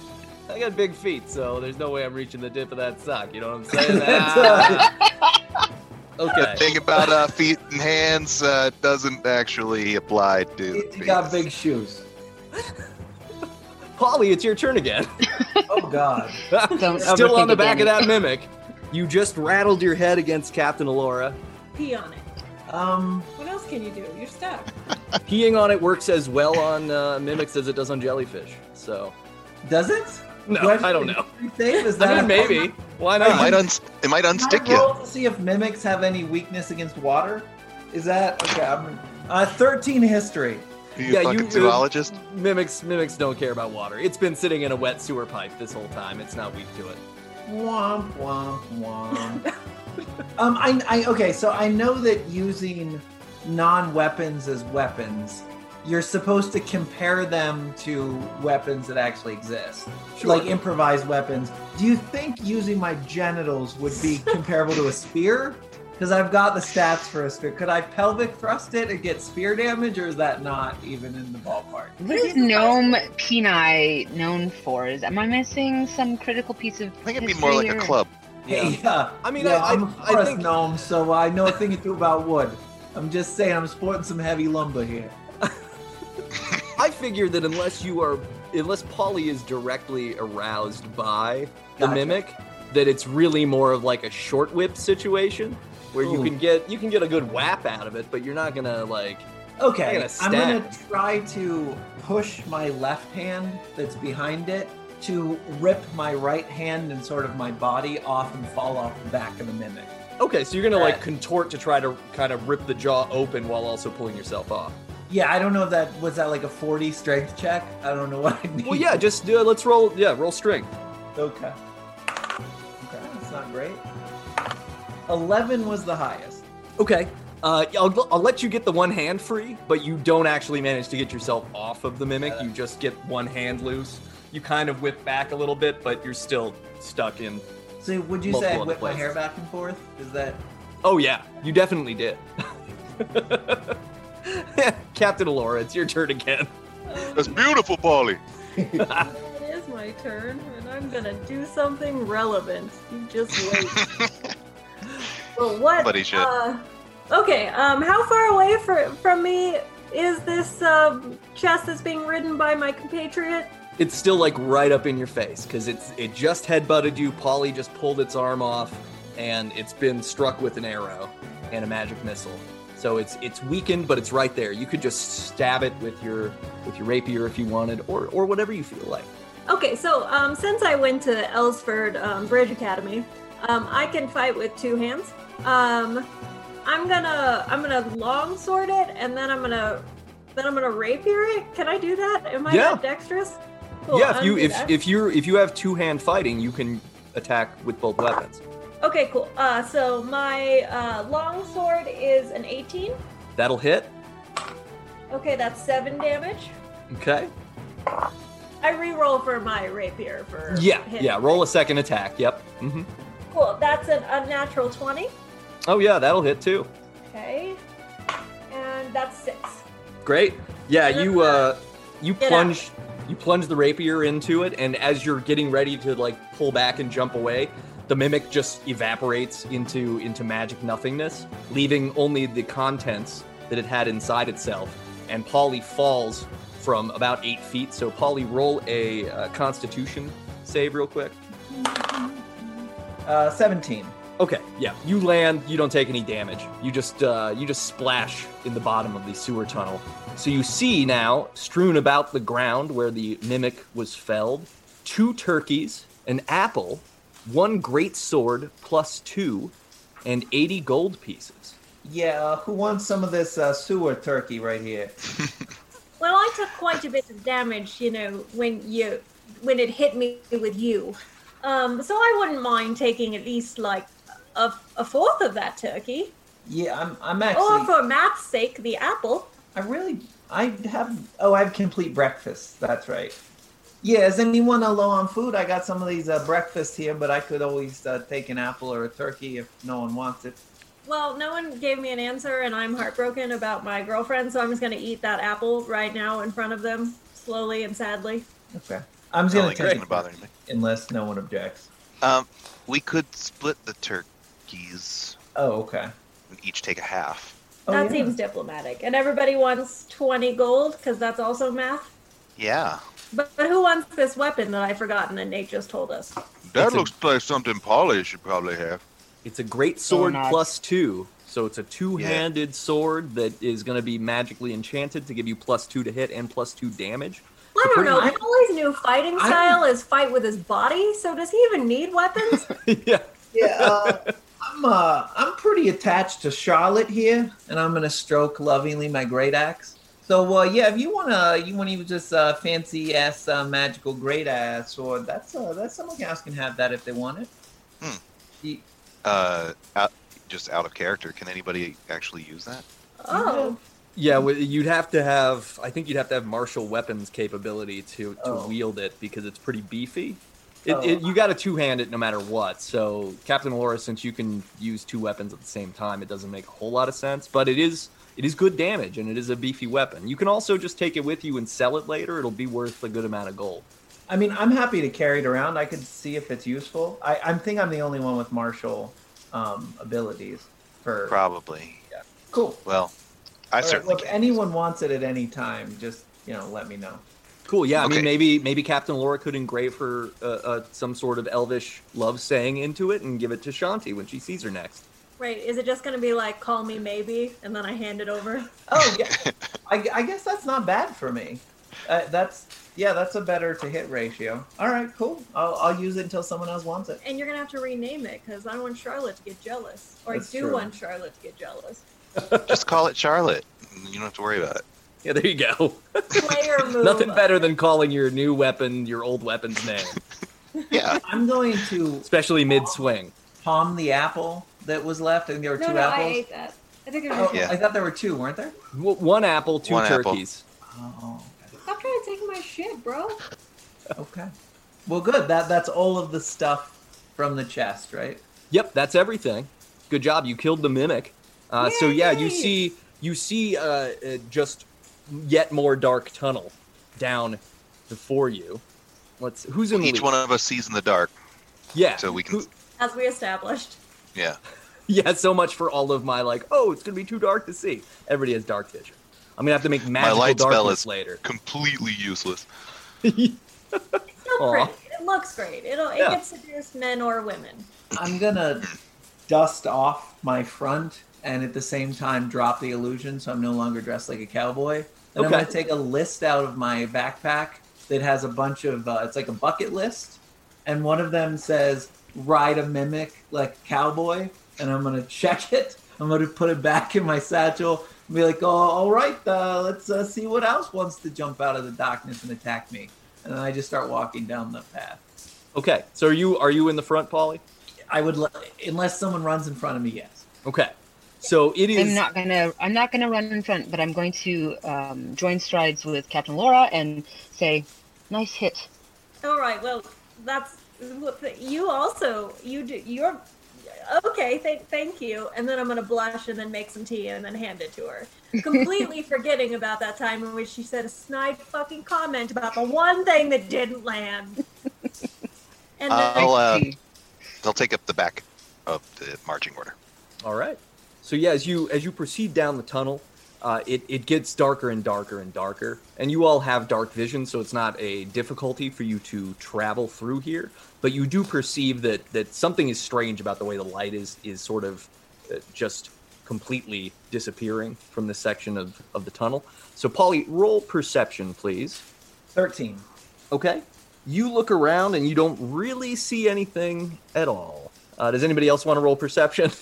I got big feet, so there's no way I'm reaching the dip of that sock. You know what I'm saying? That's Ah. The okay. thing about uh, feet and hands uh, doesn't actually apply to. You the you got feet. big shoes. Polly, it's your turn again. Oh God. Don't Still on overthink the it, back of Danny. that mimic. You just rattled your head against Captain Alora. Pee on it. Um, What else can you do? You're stuck. Peeing on it works as well on uh, mimics as it does on jellyfish. So, does it? no, Do have I don't to know. do Save? Is that a- I mean, maybe. Why It might, not? uns- it might Can I unstick you. roll to see if mimics have any weakness against water. Is that okay? I'm uh, 13 history. You Yeah, you- fucking zoologist. Mimics, mimics don't care about water. It's been sitting in a wet sewer pipe this whole time. It's not weak to it. Womp womp womp. um, I, I okay. So I know that using non-weapons as weapons, you're supposed to compare them to weapons that actually exist, like improvised weapons. Do you think using my genitals would be comparable to a spear? Because I've got the stats for a spear. Could I pelvic thrust it and get spear damage, or is that not even in the ballpark? What is Gnome Kenai known for? Is am I missing some critical piece of? I think it'd be more like a club. Yeah. Yeah. I mean, yeah, I- I- am a I forest think- gnome, so I know a thing or two about wood. I'm just saying, I'm sporting some heavy lumber here. I figure that unless you are, unless Polly is directly aroused by the Gotcha. mimic, that it's really more of like a short whip situation where you Ooh. can get you can get a good whap out of it, but you're not gonna like. I Okay, gotta I'm gonna stab. try to push my left hand that's behind it to rip my right hand and sort of my body off and fall off the back of the mimic. Okay, so you're gonna like Right. contort to try to kind of rip the jaw open while also pulling yourself off. Yeah, I don't know if that was that like a 40 strength check. I don't know what I need. Well, yeah, just uh, let's roll. Yeah, roll strength. Okay. Okay, that's not great. 11 was the highest. Okay. Uh, yeah, I'll, I'll let you get the one hand free, but you don't actually manage to get yourself off of the mimic. You just get one hand loose. You kind of whip back a little bit, but you're still stuck in So would you say I Multiple whip my places. hair back and forth? Is that Oh yeah, you definitely did. Captain Alora, it's your turn again. That's beautiful, Polly. it is my turn, and I'm gonna do something relevant. You just wait. well, what? Somebody should. Uh, okay. Um, how far away for, from me is this uh, chest that's being ridden by my compatriot? It's still like right up in your face because it's it just headbutted you. Polly just pulled its arm off, and it's been struck with an arrow and a magic missile. So it's it's weakened, but it's right there. You could just stab it with your with your rapier if you wanted, or or whatever you feel like. Okay, so um, since I went to Ellsford um, Bridge Academy, um, I can fight with two hands. Um, I'm gonna I'm gonna long sword it, and then I'm gonna then I'm gonna rapier it. Can I do that? Am I Yeah. that dexterous? Cool, yeah, I'll if you do if that. if you're if you have two hand fighting, you can attack with both weapons. okay, cool. Uh, so my uh, long sword is an 18. That'll hit. Okay, that's seven damage. Okay. I reroll for my rapier for Yeah, hit. yeah. Roll a second attack. Yep. hmm Cool. That's an unnatural 20. Oh yeah, that'll hit too. Okay, and that's six. Great. Yeah, Get you uh, you Get plunge, you plunge the rapier into it, and as you're getting ready to like pull back and jump away, the mimic just evaporates into into magic nothingness, leaving only the contents that it had inside itself. And Polly falls from about eight feet. So Polly, roll a uh, Constitution save real quick. uh, 17? Okay, yeah. You land, you don't take any damage. You just uh, you just splash in the bottom of the sewer tunnel. So you see now, strewn about the ground where the mimic was felled, two turkeys, an apple, one great sword plus two, and eighty gold pieces. Yeah, uh, who wants some of this uh, sewer turkey right here? Well, I took quite a bit of damage, you know, when you when it hit me with you. Um, so I wouldn't mind taking at least like a, a fourth of that turkey, Yeah, I'm. I'm actually. or for math's sake, the apple. I really. I have. Oh, I have complete breakfast. That's right. Yeah, is anyone uh, low on food? I got some of these uh, breakfasts here, but I could always uh, take an apple or a turkey if no one wants it. Well, no one gave me an answer, and I'm heartbroken about my girlfriend, so I'm just gonna eat that apple right now in front of them, slowly and sadly. Okay. I'm just I don't gonna think it's take gonna bother me. unless no one objects. Um, we could split the turkeys Oh, okay. and each take a half. Oh, that yeah. seems diplomatic. And everybody wants 20 gold, because that's also math. Yeah. But, but who wants this weapon that I've forgotten and Nate just told us? That It's a- looks like something Polly should probably have. It's a great sword nice. plus two. So it's a two-handed sword that is going to be magically enchanted to give you plus two to hit and plus two damage. I So don't pretty know. much- Polly's new fighting I- style is fight with his body, so does he even need weapons? yeah. yeah, uh, I'm uh, I'm pretty attached to Charlotte here, and I'm gonna stroke lovingly my great axe. So uh, yeah, if you wanna you wanna use this uh, fancy ass uh, magical great ass sword, that's uh, that's someone else can have that if they want it. Hmm. You- Uh, out, just out of character, can anybody actually use that? oh, Yeah, well, you'd have to have. I think you'd have to have martial weapons capability to, to Oh. wield it because it's pretty beefy. It, Oh. it, you got to two hand it no matter what. So Captain Laura, since you can use two weapons at the same time, it doesn't make a whole lot of sense. But it is it is good damage and it is a beefy weapon. You can also just take it with you and sell it later. It'll be worth a good amount of gold. I mean, I'm happy to carry it around. I could see if it's useful. I, I think I'm the only one with martial um, abilities for. Probably. Cool. Well, I All right, certainly well, if can. anyone wants it at any time, just you know, let me know. Cool. Yeah, I Okay. mean, maybe maybe Captain Laura could engrave her uh, uh, some sort of Elvish love saying into it and give it to Shanti when she sees her next. right. Is it just going to be like, call me maybe, and then I hand it over? Oh yeah, I, I guess that's not bad for me. Uh, that's yeah, that's a better to hit ratio. All right, cool. I'll, I'll use it until someone else wants it. And you're going to have to rename it, because I don't want Charlotte to get jealous. Or That's I do true. want Charlotte to get jealous. just call it Charlotte. You don't have to worry about it. Yeah, there you go. Player move. Nothing better than calling your new weapon your old weapon's name, Yeah. I'm going to especially mid swing. palm the apple that was left, and there were No, two no, I apples. ate that. I think there's Oh, was Yeah. I thought there were two, weren't there? W- One apple, two One apple. turkeys. Oh, Stop trying to take my shit, bro. okay. Well, good. That that's all of the stuff from the chest, right? Yep, that's everything. Good job. You killed the mimic. Uh, so yeah, you Yay! see, you see, uh, uh, just yet more dark tunnel down before you. Let's. Who's in Each lead? one of us sees in the dark, Yeah. so we can. Who- As we established. Yeah. Yeah, so much for all of my like. Oh, it's gonna be too dark to see. Everybody has dark vision. I'm gonna have to make magical light spell darkness is- later. Completely useless. It's still Aw. pretty. It looks great. It'll, it Yeah. can seduce men or women. I'm gonna dust off my front and at the same time drop the illusion so I'm no longer dressed like a cowboy. And I'm Okay. gonna take a list out of my backpack that has a bunch of uh, it's like a bucket list, and one of them says ride a mimic like cowboy, and I'm gonna check it. I'm gonna put it back in my satchel and be like, oh, all right, uh, let's uh, see what else wants to jump out of the darkness and attack me. And then I just start walking down the path. Okay, so are you are you in the front, Polly? I would, let unless someone runs in front of me, yes. Okay, so it is- I'm not gonna. I'm not gonna run in front, but I'm going to um, join strides with Captain Laura and say, "Nice hit." All right. Well, that's you also you do you're okay. Thank thank you. And then I'm gonna blush and then make some tea and then hand it to her, completely forgetting about that time in which she said a snide fucking comment about the one thing that didn't land. And then Oh. I'll uh, I'll take up the back of the marching order. All right. So yeah, as you as you proceed down the tunnel, uh, it, it gets darker and darker and darker. And you all have dark vision, so it's not a difficulty for you to travel through here. But you do perceive that, that something is strange about the way the light is, is sort of uh, just completely disappearing from this section of, of the tunnel. So, Polly, roll perception, please. 13. Okay. You look around and you don't really see anything at all. Uh, does anybody else want to roll perception?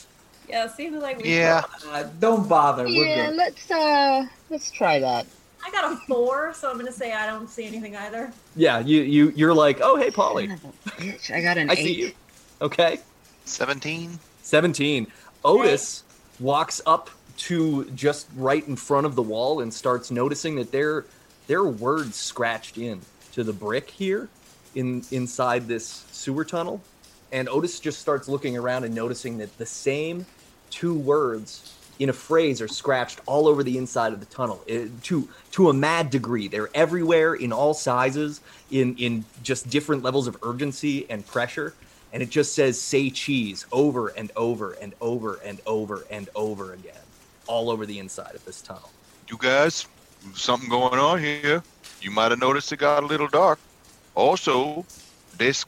Yeah, it seems like we. Yeah. Uh, don't bother. yeah, We're good. let's uh, let's try that. I got a four, so I'm gonna say I don't see anything either. yeah, you, you, you're like, oh, hey, Polly, Bitch, I got an I eight. see you. Okay. 17? 17. Otis walks up to just right in front of the wall and starts noticing that there there are words scratched in to the brick here in inside this sewer tunnel. And Otis just starts looking around and noticing that the same two words in a phrase are scratched all over the inside of the tunnel it, to to a mad degree. They're everywhere in all sizes, in in just different levels of urgency and pressure. And it just says "say cheese" over and over and over and over and over again, all over the inside of this tunnel. You guys, something going on here. You might have noticed it got a little dark. Also, they s-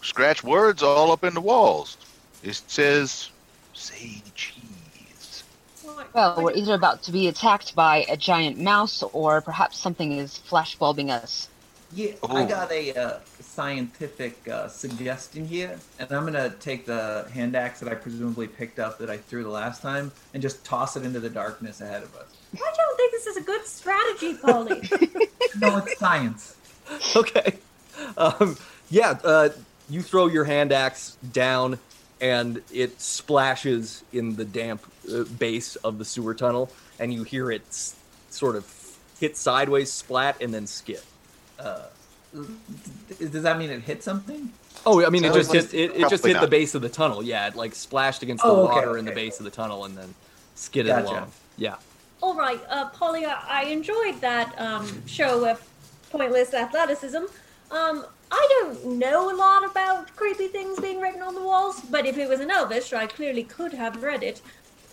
scratch words all up in the walls. It says, say cheese. What- Well, we're either about to be attacked by a giant mouse, or perhaps something is flashbulbing us. Yeah, I got a uh, scientific uh, suggestion here, and I'm gonna take the hand axe that I presumably picked up that I threw the last time and just toss it into the darkness ahead of us. I don't think this is a good strategy, Polly. No, it's science. okay. Um, yeah, uh, you throw your hand axe down, and it splashes in the damp uh, base of the sewer tunnel, and you hear it s- sort of hit sideways, splat, and then skip. Uh, d- does that mean it hit something? Oh, I mean, it Sounds just like hit, it, it just probably hit the not. base of the tunnel. Yeah, it like splashed against the Oh, okay, water in the okay. base of the tunnel, and then skidded Gotcha. along. Yeah. All right, uh, Polly, I I enjoyed that um, show of pointless athleticism. Um, I don't know a lot about creepy things being written on the walls, but if it was an Elvish, I clearly could have read it.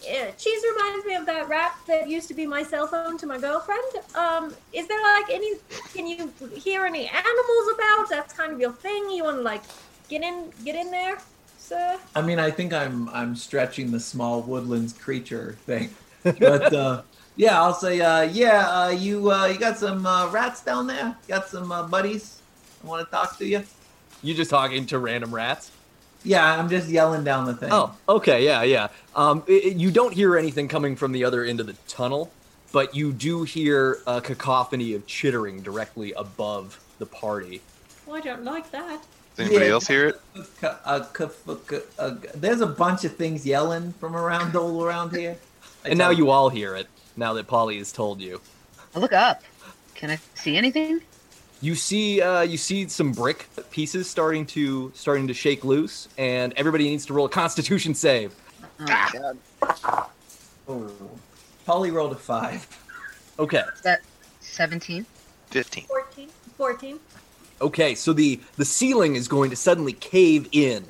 Uh, cheese reminds me of that rap that used to be my cell phone to my girlfriend. Um, is there like any? Can you hear any animals about? That's kind of your thing. You want to like get in, get in there, sir. I mean, I think I'm I'm stretching the small woodlands creature thing, but uh, yeah, I'll say uh, yeah. Uh, you uh, you got some uh, rats down there? Got some uh, buddies? I want to talk to you. You just talking to random rats? Yeah, I'm just yelling down the thing. Oh, okay, yeah, yeah. Um, i i- you don't hear anything coming from the other end of the tunnel, but you do hear a cacophony of chittering directly above the party. Oh, I don't like that. Does anybody Yeah. else hear it? Ca- uh, ca- fu- ca- uh, there's a bunch of things yelling from around all around here. I and now tell you all hear it. Now that Polly has told you, I look up. Can I see anything? you see, uh, you see some brick pieces starting to starting to shake loose, and everybody needs to roll a Constitution save. Oh, my God. Oh. Polly rolled a five. Okay. Is that 17? 15. 14, 14. Okay, so the the ceiling is going to suddenly cave in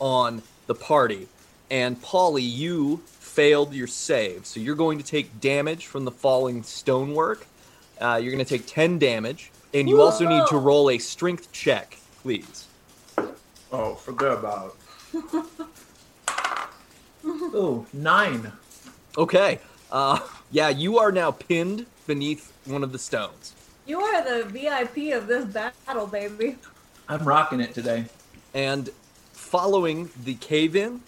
on the party, and Polly, you failed your save, so you're going to take damage from the falling stonework. Uh, you're going to take ten damage, and you also need to Whoa. roll a strength check, please. Oh, forget about it. Oh, nine. Okay, uh, yeah, you are now pinned beneath one of the stones. You are the VIP of this battle, baby. I'm rocking it today. and following the cave in,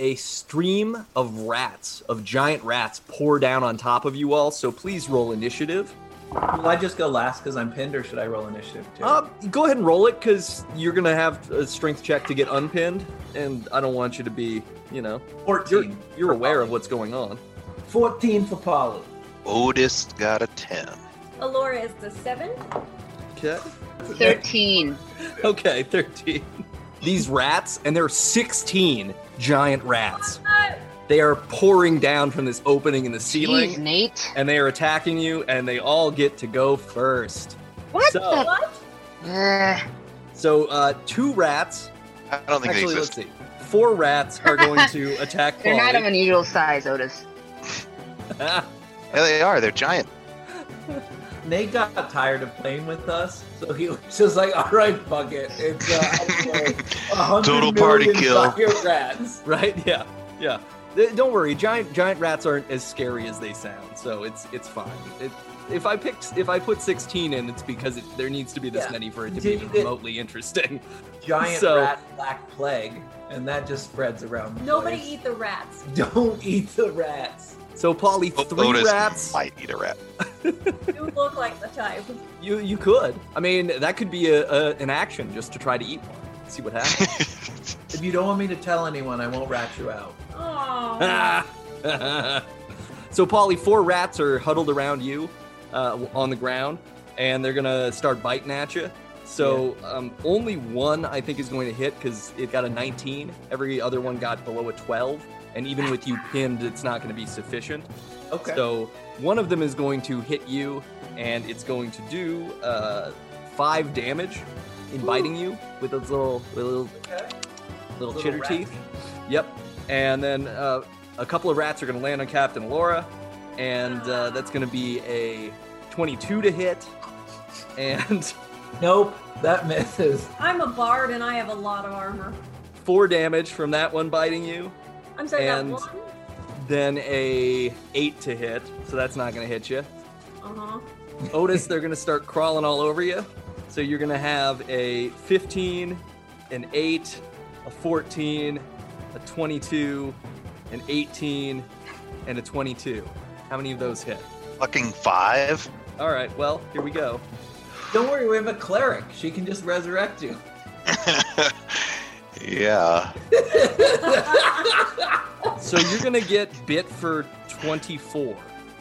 a stream of rats, of giant rats, pour down on top of you all. So please roll initiative. Will I just go last because I'm pinned, or should I roll initiative too? Uh, go ahead and roll it because you're going to have a strength check to get unpinned. And I don't want you to be, you know, you're, 14. you're aware of what's going on. 14 for Polly. Otis got a 10. Alora is the seven. Okay. 13. Okay, 13. These rats, and there are 16 giant Uh, rats. They are pouring down from this opening in the ceiling. Jeez, Nate. and they are attacking you, and they all get to go first. What So- the? What? Ugh. So, uh, two rats. I don't think Actually, they let's exist. see. Four rats are going to attack They're not of Polly. unusual size, Otis. Yeah, they are. They're giant. Nate got tired of playing with us, so he was just like, "All right, fuck it. It's uh, I'm Total party kill. rats." right? Yeah, yeah. Th- Don't worry, giant giant rats aren't as scary as they sound, so it's it's fine. It, if I picked if I put 16 in, it's because it, there needs to be this Yeah. many for it to Did be you even get- remotely interesting. Giant So- rat black plague, and that just spreads around. the Nobody place. eat the rats. Don't eat the rats. So, Polly, O- three Otis rats. might eat a rat. You look like the type. You you could. I mean, that could be a, a an action just to try to eat one, see what happens. If you don't want me to tell anyone, I won't rat you out. Oh. Ah. so, Polly, four rats are huddled around you uh, w- on the ground, and they're gonna start biting at you. So, um, only one I think is going to hit because it got a 19. Every other one got below a 12, and even with you pinned, it's not going to be sufficient. Okay. So one of them is going to hit you, and it's going to do uh, five damage in biting you with its little with little Okay. little, Little chitter rat. teeth. Yep. And then uh, a couple of rats are going to land on Captain Laura, and uh, that's going to be a 22 to hit. And Nope, that misses. I'm a bard and I have a lot of armor. four damage from that one biting you. I'm sorry, that And- one? Then a eight to hit, so that's not going to hit you. Uh-huh. Otis, they're gonna start crawling all over you. So you're gonna have a 15, an 8, a 14, a 22, an 18, and a 22. How many of those hit? Fucking five. All right, well, here we go. Don't worry, we have a cleric. She can just resurrect you. yeah. So you're gonna get bit for 24.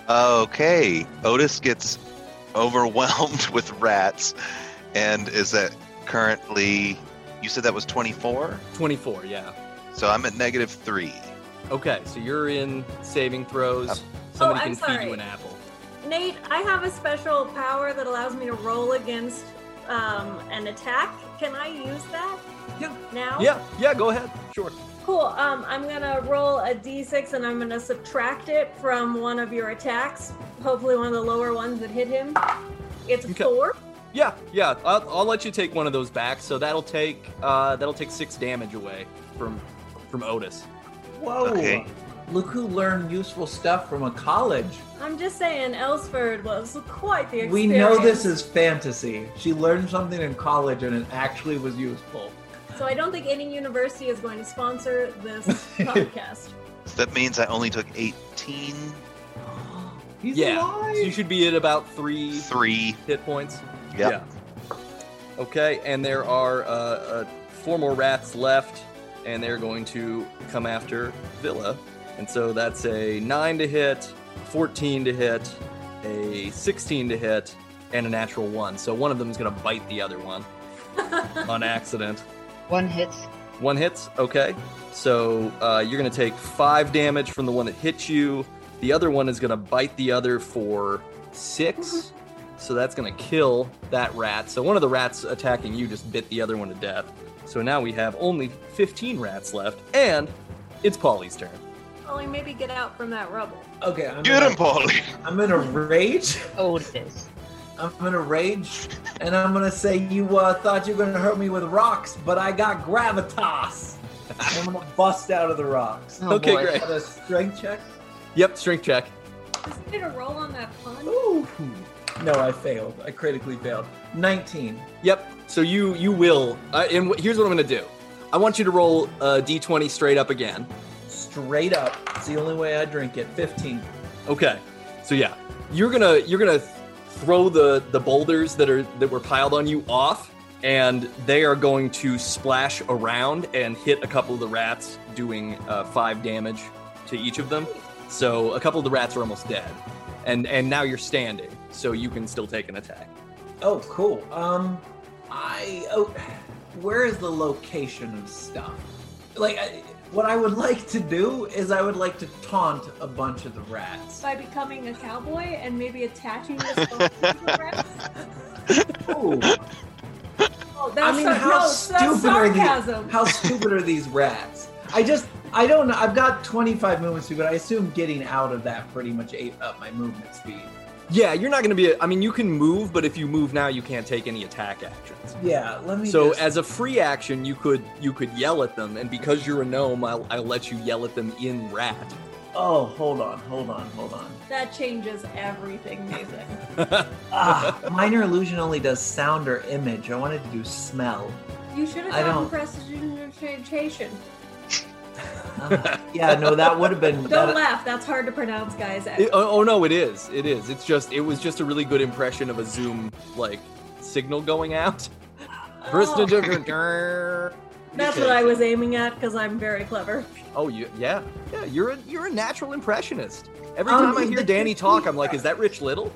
Okay. Otis gets overwhelmed with rats, and is at currently. You said that was 24, 24, yeah. so I'm at negative three. Okay, so you're in saving throws. Oh, Somebody I'm can feed sorry. you an apple. Nate, I have a special power that allows me to roll against um, an attack. Can I use that? Yeah. Now? Yeah, yeah, go ahead. Sure. Cool. Um, I'm gonna roll a d6 and I'm gonna subtract it from one of your attacks. Hopefully, one of the lower ones that hit him. It's a Okay. four. Yeah, yeah. I'll, I'll let you take one of those back. So that'll take uh, that'll take six damage away from from Otis. Whoa. Okay. Look who learned useful stuff from a college. I'm just saying, Elsford was quite the experience. We know this is fantasy. She learned something in college and it actually was useful. So I don't think any university is going to sponsor this podcast. So that means I only took 18, He's yeah, alive. so you should be at about three three. hit points. Yep. Yeah. Okay, and there are uh, uh, four more rats left, and they're going to come after Villa. And so that's a nine to hit, fourteen to hit, a sixteen to hit, and a natural one. So one of them is going to bite the other one on accident. One hits. One hits, okay. So uh, you're going to take five damage from the one that hit you. The other one is going to bite the other for six. So that's going to kill that rat. So one of the rats attacking you just bit the other one to death. So now we have only 15 rats left, and it's Polly's turn. Only maybe get out from that rubble. Okay, I'm Get gonna, him, Polly. I'm gonna rage. Oh, it is. I'm gonna rage, and I'm gonna say you uh, thought you were gonna hurt me with rocks, but I got gravitas. And I'm gonna bust out of the rocks. Oh, Okay, boy. great. Got a strength check. Yep, strength check. Just did a roll on that pun. Ooh. No, I failed. I critically failed. 19. Yep. So you you will. Uh, and wh- here's what I'm going to do. I want you to roll a d20 straight up again. Straight up. It's the only way I drink it. 15. Okay. So yeah, you're gonna you're gonna throw the the boulders that are that were piled on you off, and they are going to splash around and hit a couple of the rats, doing uh, five damage to each of them. So a couple of the rats are almost dead, and and now you're standing, so you can still take an attack. Oh, cool. Um, I oh, where is the location of stuff? Like, I, what I would like to do is I would like to taunt a bunch of the rats. By becoming a cowboy and maybe attaching this to the rats. Ooh, Oh, I that's mean, sar- how no, stupid that's are sarcasm. these? How stupid are these rats? I just, I don't know. I've got 25 movement speed, but I assume getting out of that pretty much ate up my movement speed. Yeah, you're not going to be. I mean, you can move, but if you move now, you can't take any attack actions. Yeah, let me. So just- as a free action, you could you could yell at them, and because you're a gnome, I'll, I'll let you yell at them in rat. oh, hold on, hold on, hold on. That changes everything, Mason. Ah, minor illusion only does sound or image. I wanted to do smell. You should have I gotten don't- prestidigitation. Ah, yeah, no, that would have been. Don't that- laugh. That's hard to pronounce, guys. It- oh, oh no, it is. It is. It's just it was just a really good impression of a zoom like signal going out. Prestidig- Oh, That's what I was aiming at because I'm very clever. Oh, you, yeah, yeah. You're a you're a natural impressionist. Every Um, time I hear the- Danny talk, I'm like, is that Rich Little?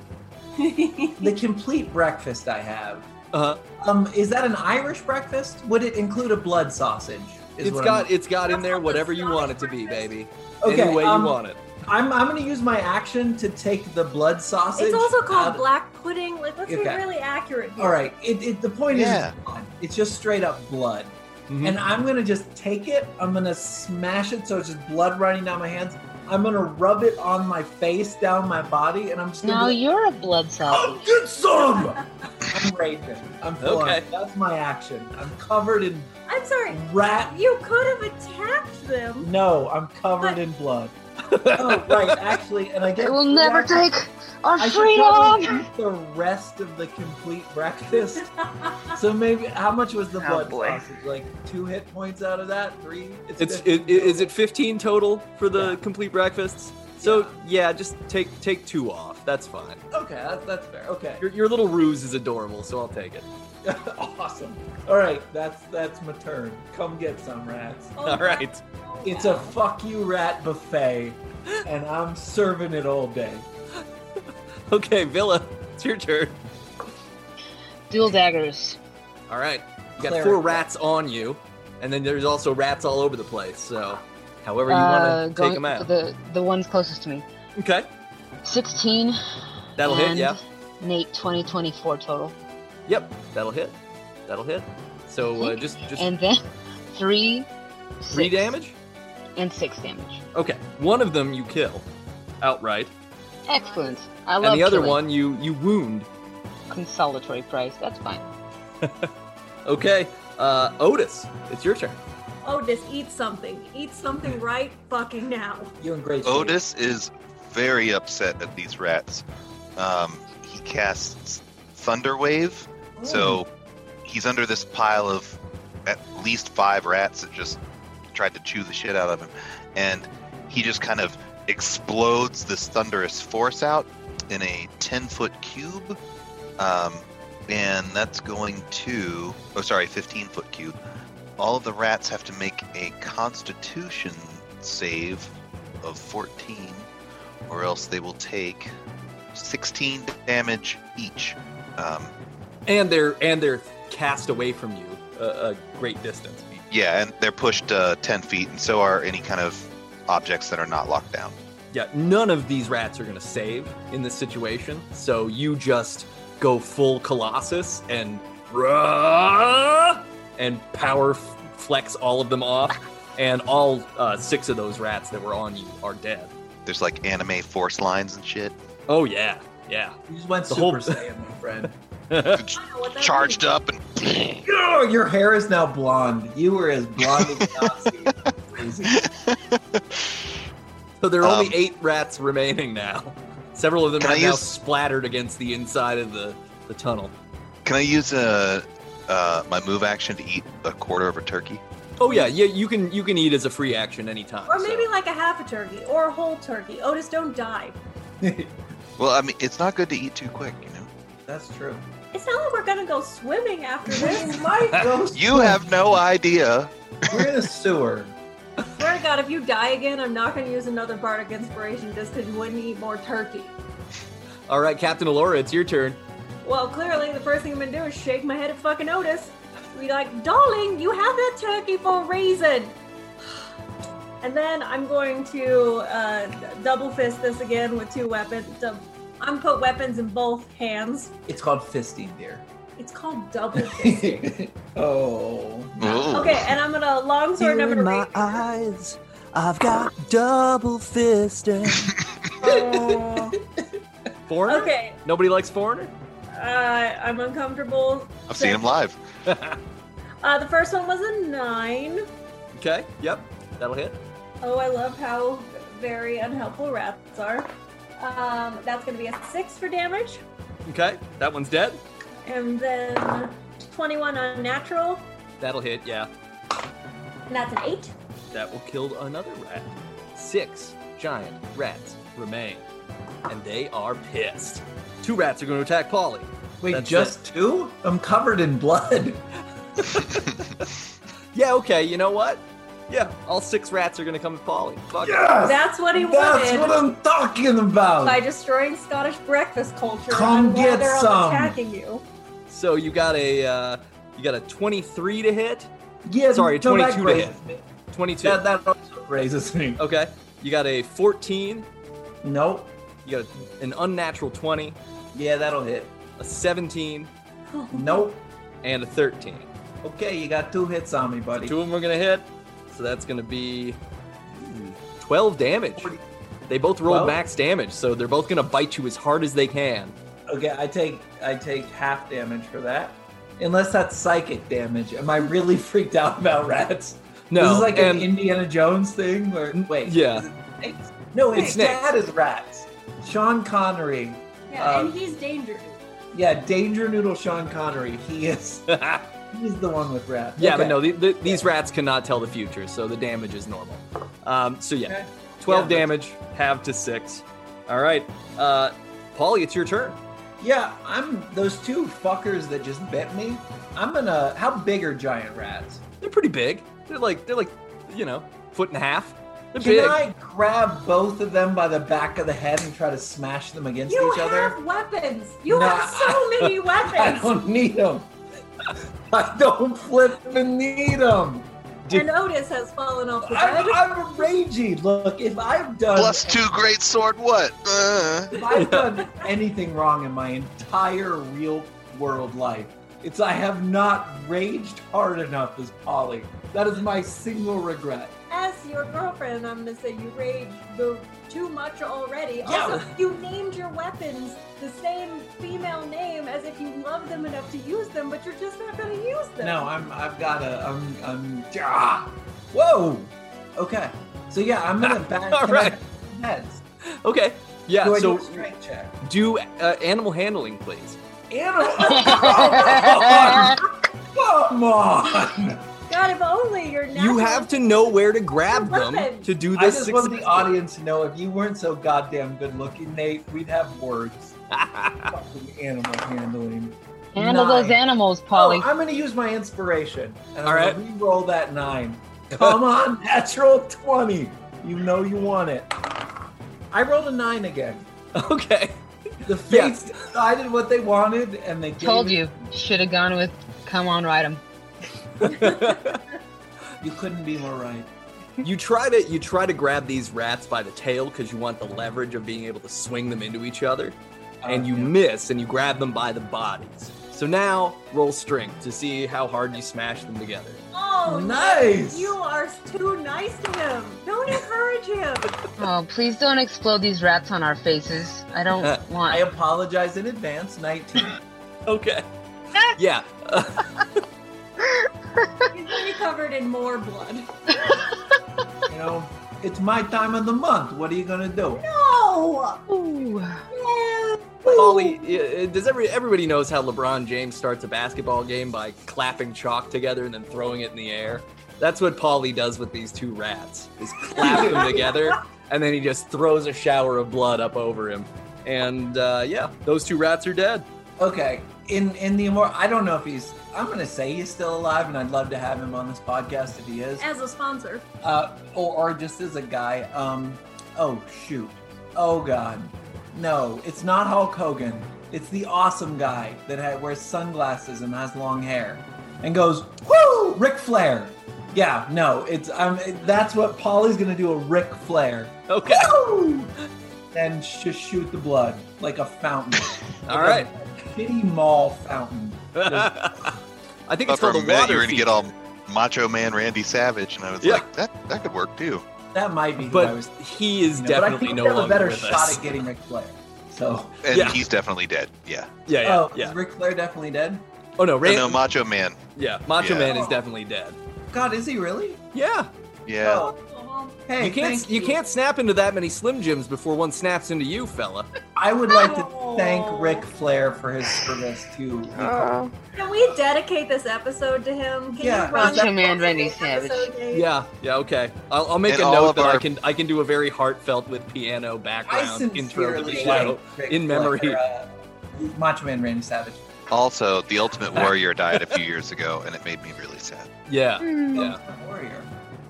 the complete breakfast I have. Uh, Um, is that an Irish breakfast? Would it include a blood sausage? Is it's what got it's got in That's there not the whatever you Scottish want it to be, breakfast. baby. I'm, okay, Any way um, you want it. I'm I'm gonna use my action to take the blood sausage. It's also out called of- black pudding. Like, let's be Okay. really accurate here. All right. It, it the point Yeah. is, blood. it's just straight up blood, Mhm. and I'm gonna just take it. I'm gonna smash it so it's just blood running down my hands. I'm gonna rub it on my face, down my body, and I'm just gonna. No, be you're a blood Oh, sausage. get some! I'm raging. I'm full on. Okay. That's my action. I'm covered in I'm sorry. rat. You could have attacked them. No, I'm covered in blood. oh, right, actually, and I get. They will never free take our I should probably freedom. eat the rest of the complete breakfast. Oh, so maybe how much was the Oh, blood boy. sausage? Like two hit points out of that? Three? It's fifteen it, it, is it total. 15 total for the Yeah. complete breakfasts? So yeah. just take take two off. That's fine. Okay, that's, that's fair. Okay, Your, your little ruse is adorable, so I'll take it. awesome. All right, that's that's my turn. Come get some rats. Oh, All right. wow. It's a fuck you rat buffet, and I'm serving it all day. Okay, Villa, it's your turn. Dual daggers. All right. You got Cleric. four rats on you, and then there's also rats all over the place. So, however you Uh, want to take going them for out. the the ones closest to me. okay, 16. that'll hit. and Yeah. Nate 20 24 total. Yep, that'll hit. That'll hit. So uh, just just And then three, three six, damage. and six damage. Okay, one of them you kill outright, Excellent. I love and the other killing. one you you wound. consolatory price. That's fine. Okay, uh, Otis, it's your turn. Otis, Oh, eat something. Eat something right fucking now. You're in great shape. Otis is very upset at these rats. Um, he casts Thunder Wave, so he's under this pile of at least five rats that just tried to chew the shit out of him, and he just kind of explodes this thunderous force out in a ten-foot cube, um, and that's going to oh sorry, fifteen-foot cube. All of the rats have to make a Constitution save of 14, or else they will take 16 damage each. Um, And they're and they're cast away from you a, a great distance. yeah, and they're pushed uh, 10 feet, and so are any kind of objects that are not locked down. Yeah, none of these rats are gonna save in this situation. So you just go full Colossus and rah, and power f- flex all of them off, and all uh, six of those rats that were on you are dead. There's like anime force lines and shit. Oh yeah, yeah. You just went The Super whole- Saiyan, my friend. I don't know what that Charged means. up, and Oh, your hair is now blonde. You were as blonde as Nazi. Crazy. So there are only Um, eight rats remaining now. Several of them Can are I now use- splattered against the inside of the, the tunnel. can I use uh, uh, my move action to eat a quarter of a turkey? Oh yeah, yeah. You can you can eat as a free action anytime. Or maybe so. like a half a turkey or a whole turkey. Otis, don't die. Well, I mean, it's not good to eat too quick, you know. That's true. It's not like we're gonna go swimming after this. We might go You have no idea. We're in a sewer. Swear to God, if you die again, I'm not gonna use another bardic inspiration just because you wouldn't eat more turkey. All right, Captain Alora, it's your turn. Well, clearly the first thing I'm gonna do is shake my head at fucking Otis. Be like, darling, you had that turkey for a reason. And then I'm going to uh, double fist this again with two weapons. Dub- I'm put weapons in both hands. It's called fisting, dear. It's called double fisting. oh. Ooh. okay, and I'm gonna long sword. and I'm gonna read. eyes, I've got double fisted. Oh. Foreigner? okay, Nobody likes foreigner? uh, I'm uncomfortable. I've seen him live. Uh, the first one was a nine. Okay, yep, that'll hit. Oh, I love how very unhelpful rats are. Um, that's gonna be a six for damage, Okay, that one's dead. and then 21 unnatural, That'll hit, yeah. and that's an eight. That will kill another rat. Six giant rats remain, and they are pissed. Two rats are going to attack Polly. Wait, That's just two? I'm covered in blood. Yeah, okay, you know what? Yeah, all six rats are going to come at Polly. Fuck. Yes! That's what he That's wanted what I'm talking about. by destroying Scottish breakfast culture. Come I'm glad get they're all some. Attacking you. So you got a uh, you got a 23 to hit, yeah, sorry, no, that 22 to hit. raises me. 22. That, that also raises me. Okay, you got a 14, Nope. you got a, an unnatural 20, Yeah, that'll hit. a 17, Nope. and a 13. Okay, you got two hits on me, buddy. Two of them are going to hit, so that's going to be hmm, 12 damage. They both rolled Well- max damage, so they're both going to bite you as hard as they can. Okay, I take I take half damage for that. Unless that's psychic damage. Am I really freaked out about rats? No, This is like and an Indiana Jones thing where wait. yeah. is it snakes? No, It's his snakes. dad is rats. Sean Connery. Yeah, Um, and he's dangerous. Yeah, Danger Noodle Sean Connery. He is he's the one with rats. Yeah, Okay. but no, the, the, these rats cannot tell the future, so the damage is normal. Um, so yeah, Okay. twelve Yeah. damage, halved to six. All right, uh, Polly, it's your turn. Yeah, I'm those two fuckers that just bit me. I'm gonna how big are giant rats? They're pretty big. They're like they're like, you know, foot and a half. They're Can big. I grab both of them by the back of the head and try to smash them against You each have other? weapons. You No, have so I- many I weapons. don't need them. I don't flip and need them. And Otis has fallen off the bed. I'm, I'm ragey. Look, if I've uh, done Plus two great sword. What? Uh. if I've done anything wrong in my entire real world life, it's I have not raged hard enough as Polly. That is my single regret. As your girlfriend, I'm gonna say you rage the too much already. Yeah. Also, you named your weapons the same female name as if you love them enough to use them, but you're just not gonna use them. No, I'm. I've got a. I'm. I'm. Ah! Whoa. Okay. So yeah, I'm gonna back. All can I right. back some Heads. Okay. Yeah. Do I so do a do, strength check? uh, animal handling, please. Animal. Come on. God, if only your natural You have to know where to grab Your them weapon. to do I this. just want the successfully. audience to know if you weren't so goddamn good looking, Nate, we'd have words. Fucking animal handling. Handle those Nine. animals, Polly. Oh, I'm gonna use my inspiration. And All I'm right. gonna re-roll that nine. Come on, natural twenty. You know you want it. I rolled a nine again. Okay. The Yeah. fates decided what they wanted, and they gave Told it- you. Should have gone with come on, ride 'em. You couldn't be more right. you try to you try to grab these rats by the tail because you want the leverage of being able to swing them into each other and Uh, you yeah. miss and you grab them by the bodies so now roll strength to see how hard you smash them together Oh, Nice. You are too nice to him. Don't encourage him. Oh, please don't explode these rats on our faces. I don't I want. apologize in advance. Nineteen. okay yeah He's gonna be covered in more blood. you know, it's my time of the month. What are you gonna do? No. Ooh. Polly, uh, does every everybody knows how LeBron James starts a basketball game by clapping chalk together and then throwing it in the air? That's what Polly does with these two rats. Is clap them together and then he just throws a shower of blood up over him. And uh, yeah, those two rats are dead. Okay. In in the more, I don't know if he's. I'm gonna say he's still alive, and I'd love to have him on this podcast if he is, As a sponsor, uh, or, or just as a guy. Um. Oh shoot. Oh god. No, it's not Hulk Hogan. It's the awesome guy that ha- wears sunglasses and has long hair, and goes woo, Ric Flair. Yeah, no, it's um. That's what Polly's gonna do a Ric Flair. Okay. Woo! then just shoot the blood like a fountain. All right. Shitty mall fountain. Just- I think But it's for called a the minute, water. you were gonna feature. get all Macho Man Randy Savage, and I was Yeah. like, that that could work too. that might be who I but was. he is thinking of, but I definitely think no we have longer a better with shot us. at getting Ric Flair. So, And Yeah. he's definitely dead. Yeah. Yeah, yeah, oh, yeah. is Ric Flair definitely dead? Oh no, Ran- no, Macho Man. yeah, Macho Yeah. Man is definitely dead. God, is he really? Yeah, Yeah. Oh, hey, you can't thank you can't snap into that many Slim Jims before one snaps into you, fella. I would like Oh. to thank Ric Flair for his service to. Oh. Can we dedicate this episode to him? Can Yeah. you run Macho Man that Randy episode, Savage. Dave? Yeah, yeah, okay. I'll, I'll make And a all note of that I our- can I can do a very heartfelt with piano I background intro to the sincerely show. like Ric in memory. Flair, uh, Macho Man Randy Savage. Also, the Ultimate Warrior died a few years ago, and it made me really sad. Yeah, Hmm. yeah. Oh, Warrior.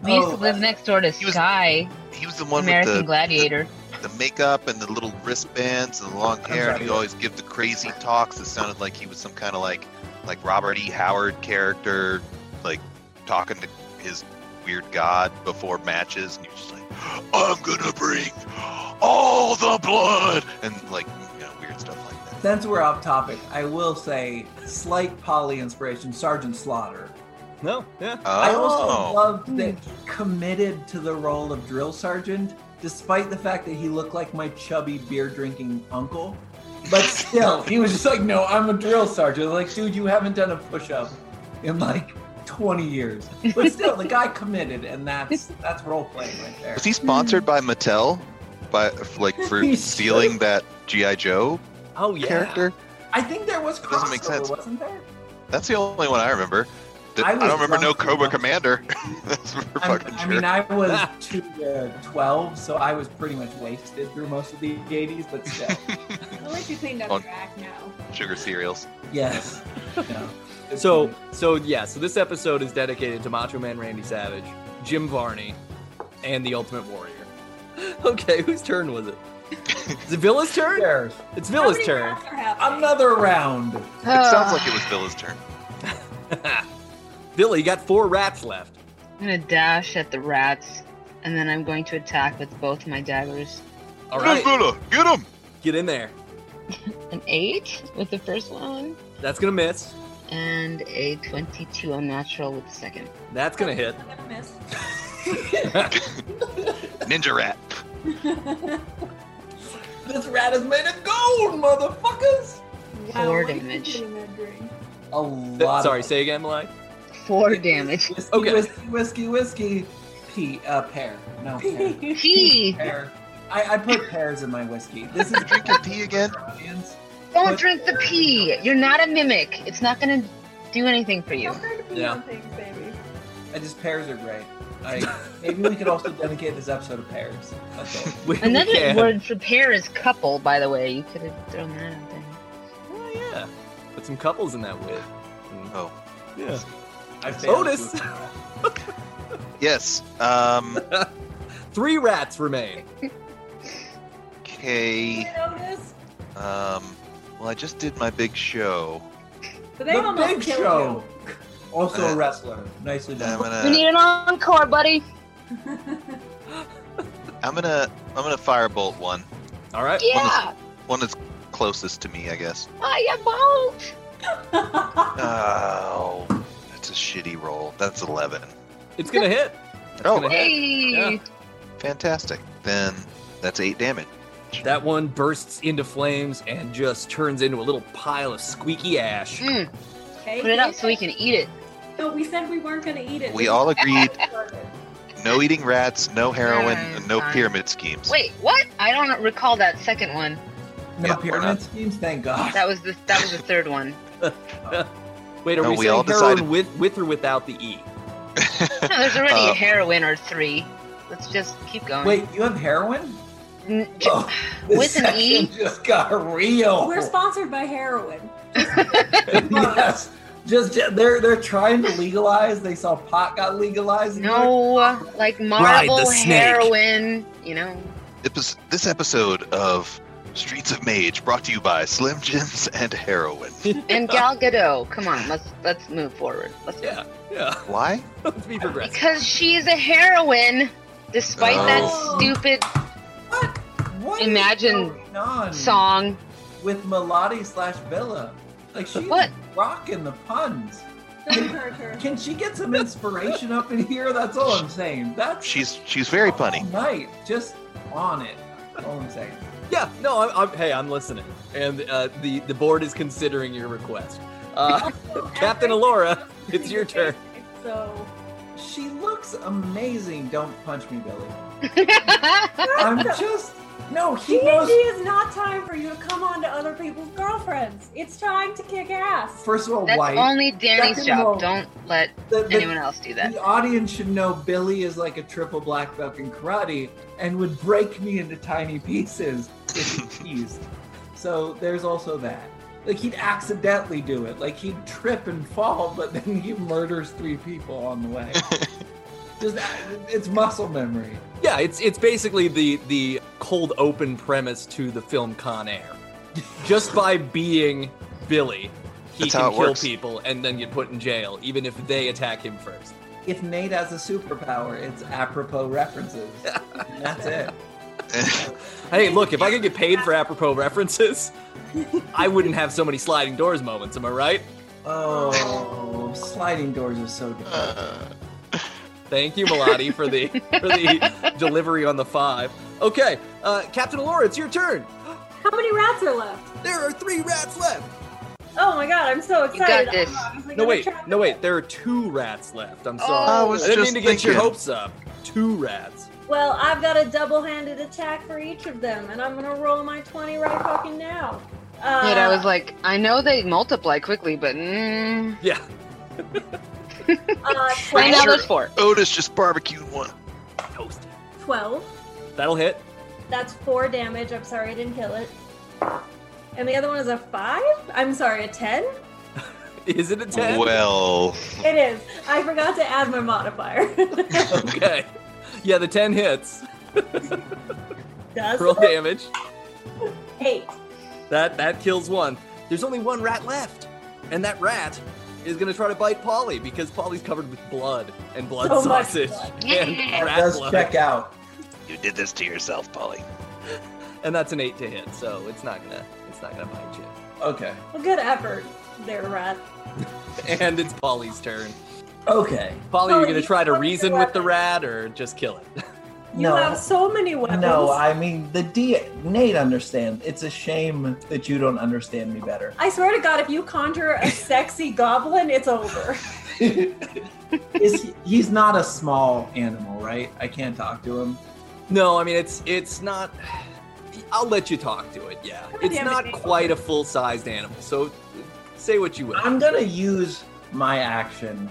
We used Oh, to live next door to he was- Sky, He was the one American with Gladiator. the, the makeup and the little wristbands and the long hair, and sorry. he'd always give the crazy talks that sounded like he was some kind of like like Robert E. Howard character, like talking to his weird god before matches, and he was just like, "I'm gonna bring all the blood," and like you know, weird stuff like that. Since we're off topic, I will say slight poly inspiration, Sergeant Slaughter. No, yeah. I also Oh, loved that he committed to the role of drill sergeant, despite the fact that he looked like my chubby beer drinking uncle. But still, he was just like, "No, I'm a drill sergeant." Like, dude, you haven't done a push up in like 20 years. But still, the guy committed, and that's that's role playing right there. was he Hmm. sponsored by Mattel, by like for He's- stealing that GI Joe Oh yeah. character? I think there was doesn't make crossover, sense. wasn't there? That's the only one I remember. Th- I I, was don't remember no drunk too Cobra much. Commander. That's for I'm- fucking I sure. mean, I was two to twelve, so I was pretty much wasted through most of the '80s. But still, I'll let you cleaned up On- your act now. Sugar cereals. yes. No. So so yeah, so this episode is dedicated to Macho Man Randy Savage, Jim Varney, and the Ultimate Warrior. Okay, whose turn was it? Is it Villa's turn? There's It's How Villa's many turn. rounds are happening? another round. Uh, It sounds like it was Villa's turn. Villa, you got four rats left. I'm gonna dash at the rats, and then I'm going to attack with both my daggers. All Hey, right, Villa, get him! get in there. An eight with the first one, That's gonna miss. and a 22 unnatural with the second. That's gonna hit. I never missed. Ninja rat. This rat is made of gold, motherfuckers. Wow, Four what are you damage. doing there, Green? A lot. Sorry, of say again, Malai. Four damage. whiskey, okay. whiskey, whiskey, whiskey. Pea, uh, pear. No, pear. Gee, pear. I, I put pears in my whiskey. This is Drinking tea again? audience. don't drink the pee. You're not a mimic. It's not gonna do anything for you. Don't try to pee Yeah. on things, baby. I just pears are great. I, maybe we could also dedicate this episode to pears. That's all. We- we Another can- word for pair is couple, by the way. You could have thrown that out there. Oh, yeah. Put some couples in that with. Oh. Yeah. I failed. Otis. Yes. Um, Three rats remain. okay. You notice? Um, well, I just did my big show. But they The almost Big killed Show. Also a Uh, wrestler. Nicely I'm done. We need gonna, an encore, buddy. I'm gonna, I'm gonna firebolt one. All right. Yeah, One that's closest to me, I guess. I am out. you. Oh, that's a shitty roll. That's 11. It's gonna hit. It's Oh. gonna hit. Hey, Fantastic. Then that's eight damage. That one bursts into flames and just turns into a little pile of squeaky ash. Mm, okay. put it up so we can eat it. No, we said we weren't gonna eat it. We all agreed started. no eating rats, no heroin, Alright, and no fine. pyramid schemes. Wait, what? I don't recall that second one. No Yeah, we're pyramid not- schemes, thank God. That was the that was the third one. Wait, are No, we, we saying all heroin decided- with with or without the E? No, there's already Uh, a heroin or three. Let's just keep going. Wait, you have heroin? N- j- Oh, this With an E? section just got real. We're sponsored by heroin. yes. Just they're they're trying to legalize. They saw pot got legalized. no, like Ride the marble snake. heroin. You know, Epis- This episode of Streets of Mage brought to you by Slim Jims and heroin. and Gal Gadot. Come on, let's let's move forward. Let's Yeah, yeah. Why? Let's be progressive. because she is a heroine, despite that Oh. stupid What is Imagine going on Song. with Melody slash Villa? Like she's What? rocking the puns. Don't hurt her. Can she get some inspiration up in here? That's all I'm saying. That's She's she's very all punny. night. Just on it. That's all I'm saying. Yeah, no, I'm, I'm, hey, I'm listening, and uh, the the board is considering your request. Uh, Captain Alora, it's your turn. So She looks amazing. Don't punch me, Billy. I'm That's the- just no. He knows. D&D is not time for you to come on to other people's girlfriends. It's time to kick ass. First of all, That's white. only Danny's Second job. roll. Don't let The- the- anyone else do that. The audience should know Billy is like a triple black belt in karate and would break me into tiny pieces if he teased. So there's also that. Like he'd accidentally do it. Like he'd trip and fall, but then he murders three people on the way. Just it's muscle memory. Yeah, it's it's basically the the cold open premise to the film Con Air. Just by being Billy, he That's how can it kill works. people and then get put in jail, even if they attack him first. If Nate has a superpower, it's apropos references. And that's it. Hey, look, if I could get paid for apropos references, I wouldn't have so many sliding doors moments. Am I right? Oh, sliding doors are so difficult. Uh. Thank you, Melody, for the for the delivery on the five. Okay, uh, Captain Alora, it's your turn. How many rats are left? There are three rats left. Oh my god, I'm so got excited. this. I'm obviously No, gonna wait, try- no, wait. There are two rats left. I'm Oh. sorry. I I was didn't mean just to thinking. get your hopes up. Two rats. Well, I've got a double-handed attack for each of them, and I'm gonna roll my twenty right fucking now. Uh, But I was like, I know they multiply quickly, but mm, Yeah. uh, I know 12, those four. Otis just barbecued one. Toast. 12. That'll hit. That's four damage. I'm sorry I didn't kill it. And the other one is a five? I'm sorry, a ten? Is it a ten? Well, It is. I forgot to add my modifier. Okay. Yeah, the ten hits. Does Roll damage. eight. That that kills one. There's only one rat left, and that rat is gonna try to bite Polly because Polly's covered with blood and blood So much sausage blood. and rat Does blood. check out. you did this to yourself, Polly. and that's an eight to hit, so it's not gonna it's not gonna bite you. Okay. Well, good effort there, Rat. And it's Polly's turn. Okay. Polly, are you Polly, gonna you try to have your reason with the weapon. rat or just kill it? You No. have so many weapons. No, I mean the D. Nate understands. It's a shame that you don't understand me better. I swear to God, if you conjure a sexy goblin, it's over. Is he- he's not a small animal, right? I can't talk to him. No, I mean it's it's not. I'll let you talk to it. Yeah, it's damn it, not Nick. quite a full-sized animal. So say what you will. I'm gonna use my action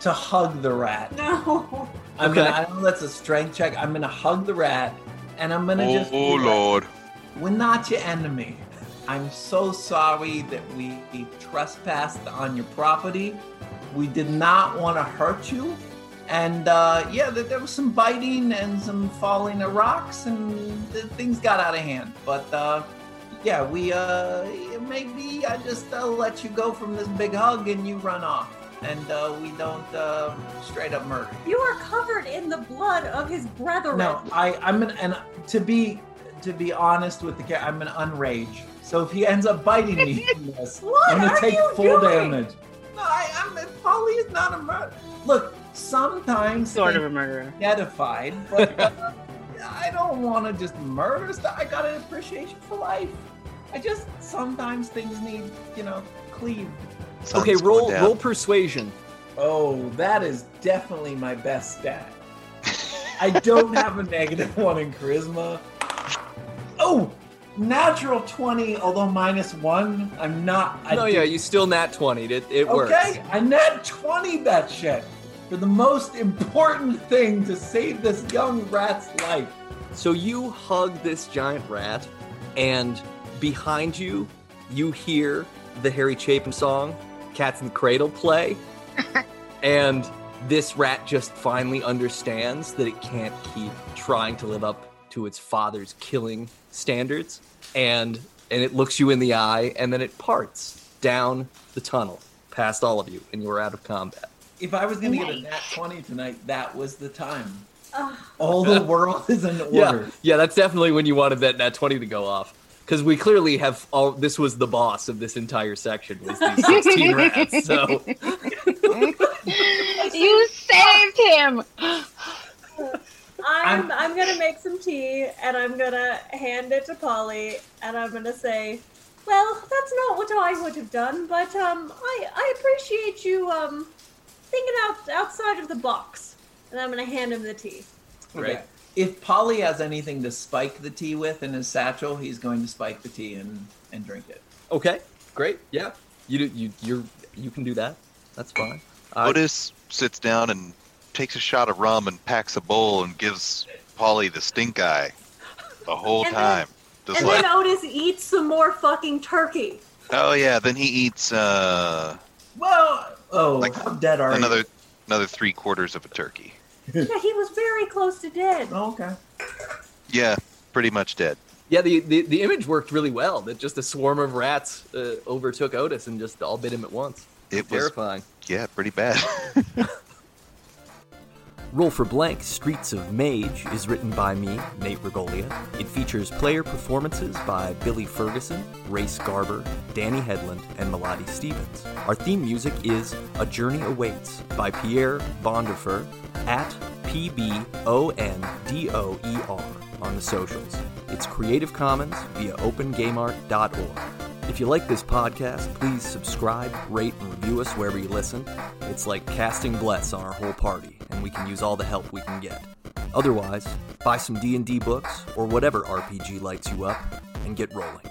to hug the rat. No. I'm Okay. gonna. I don't know. That's a strength check. I'm gonna hug the rat, and I'm gonna Oh, just. oh Lord. We're not your enemy. I'm so sorry that we trespassed on your property. We did not want to hurt you. And uh, yeah, there, there was some biting and some falling of rocks, and th- things got out of hand. But uh, yeah, we uh, maybe I just uh, let you go from this big hug and you run off. And uh, we don't uh, straight up murder you. You are covered in the blood of his brethren. No, I I'm an and to be to be honest with the cat, I'm an unrage. So if he ends up biting me, in this, What I'm gonna are take you full doing? damage. No, I, I'm Polly is not a murder. Look, sometimes Sort of they're a murderer. identified, but uh, I don't want to just murder stuff. I got an appreciation for life. I just sometimes things need you know cleaved. Sun's Okay, going roll down. roll persuasion. Oh, that is definitely my best stat. I don't have a negative one in charisma. Oh, natural 20, although minus one. I'm not. I no, did- yeah, you still nat twenty. It it works. Okay, I nat 20 that shit for the most important thing to save this young rat's life. So you hug this giant rat, and behind you, you hear the Harry Chapin song, Cats in the Cradle, play. and this rat just finally understands that it can't keep trying to live up to its father's killing standards. And, and it looks you in the eye, and then it parts down the tunnel past all of you, and you're out of combat. If I was going to get a nat Nice. 20 tonight, that was the time. All the world is in Yeah, order. yeah, that's definitely when you wanted that nat twenty to go off because we clearly have all. This was the boss of this entire section was these sixteen rats. So you saved him. I'm, I'm- I'm gonna make some tea and I'm gonna hand it to Polly and I'm gonna say, well, that's not what I would have done, but um, I I appreciate you um thinking out outside of the box. And I'm gonna hand him the tea. right. Okay. If Polly has anything to spike the tea with in his satchel, he's going to spike the tea and, and drink it. Okay, great. Yeah, you do, you you you can do that. That's fine. Uh, Otis sits down and takes a shot of rum and packs a bowl and gives Polly the stink eye the whole And then- time. Just and like, then Otis eats some more fucking turkey. oh yeah, then he eats uh, Well, oh, Like how dead are you? another another three quarters of a turkey. yeah, he was very close to dead. Oh, okay. Yeah, pretty much dead. yeah, the, the the image worked really well. That just a swarm of rats uh, overtook Otis and just all bit him at once. It was Terrifying. yeah, pretty bad. Roll for Blank Streets of Mage is written by me, Nate Regolia. It features player performances by Billy Ferguson, Race Garber, Danny Headland, and Melody Stevens. Our theme music is A Journey Awaits by Pierre Bondifer at P B O N D O E R on the socials. It's Creative Commons via opengameart.org. If you like this podcast, please subscribe, rate, and review us wherever you listen. It's like casting bless on our whole party, and we can use all the help we can get. Otherwise, buy some D&D books or whatever RPG lights you up and get rolling.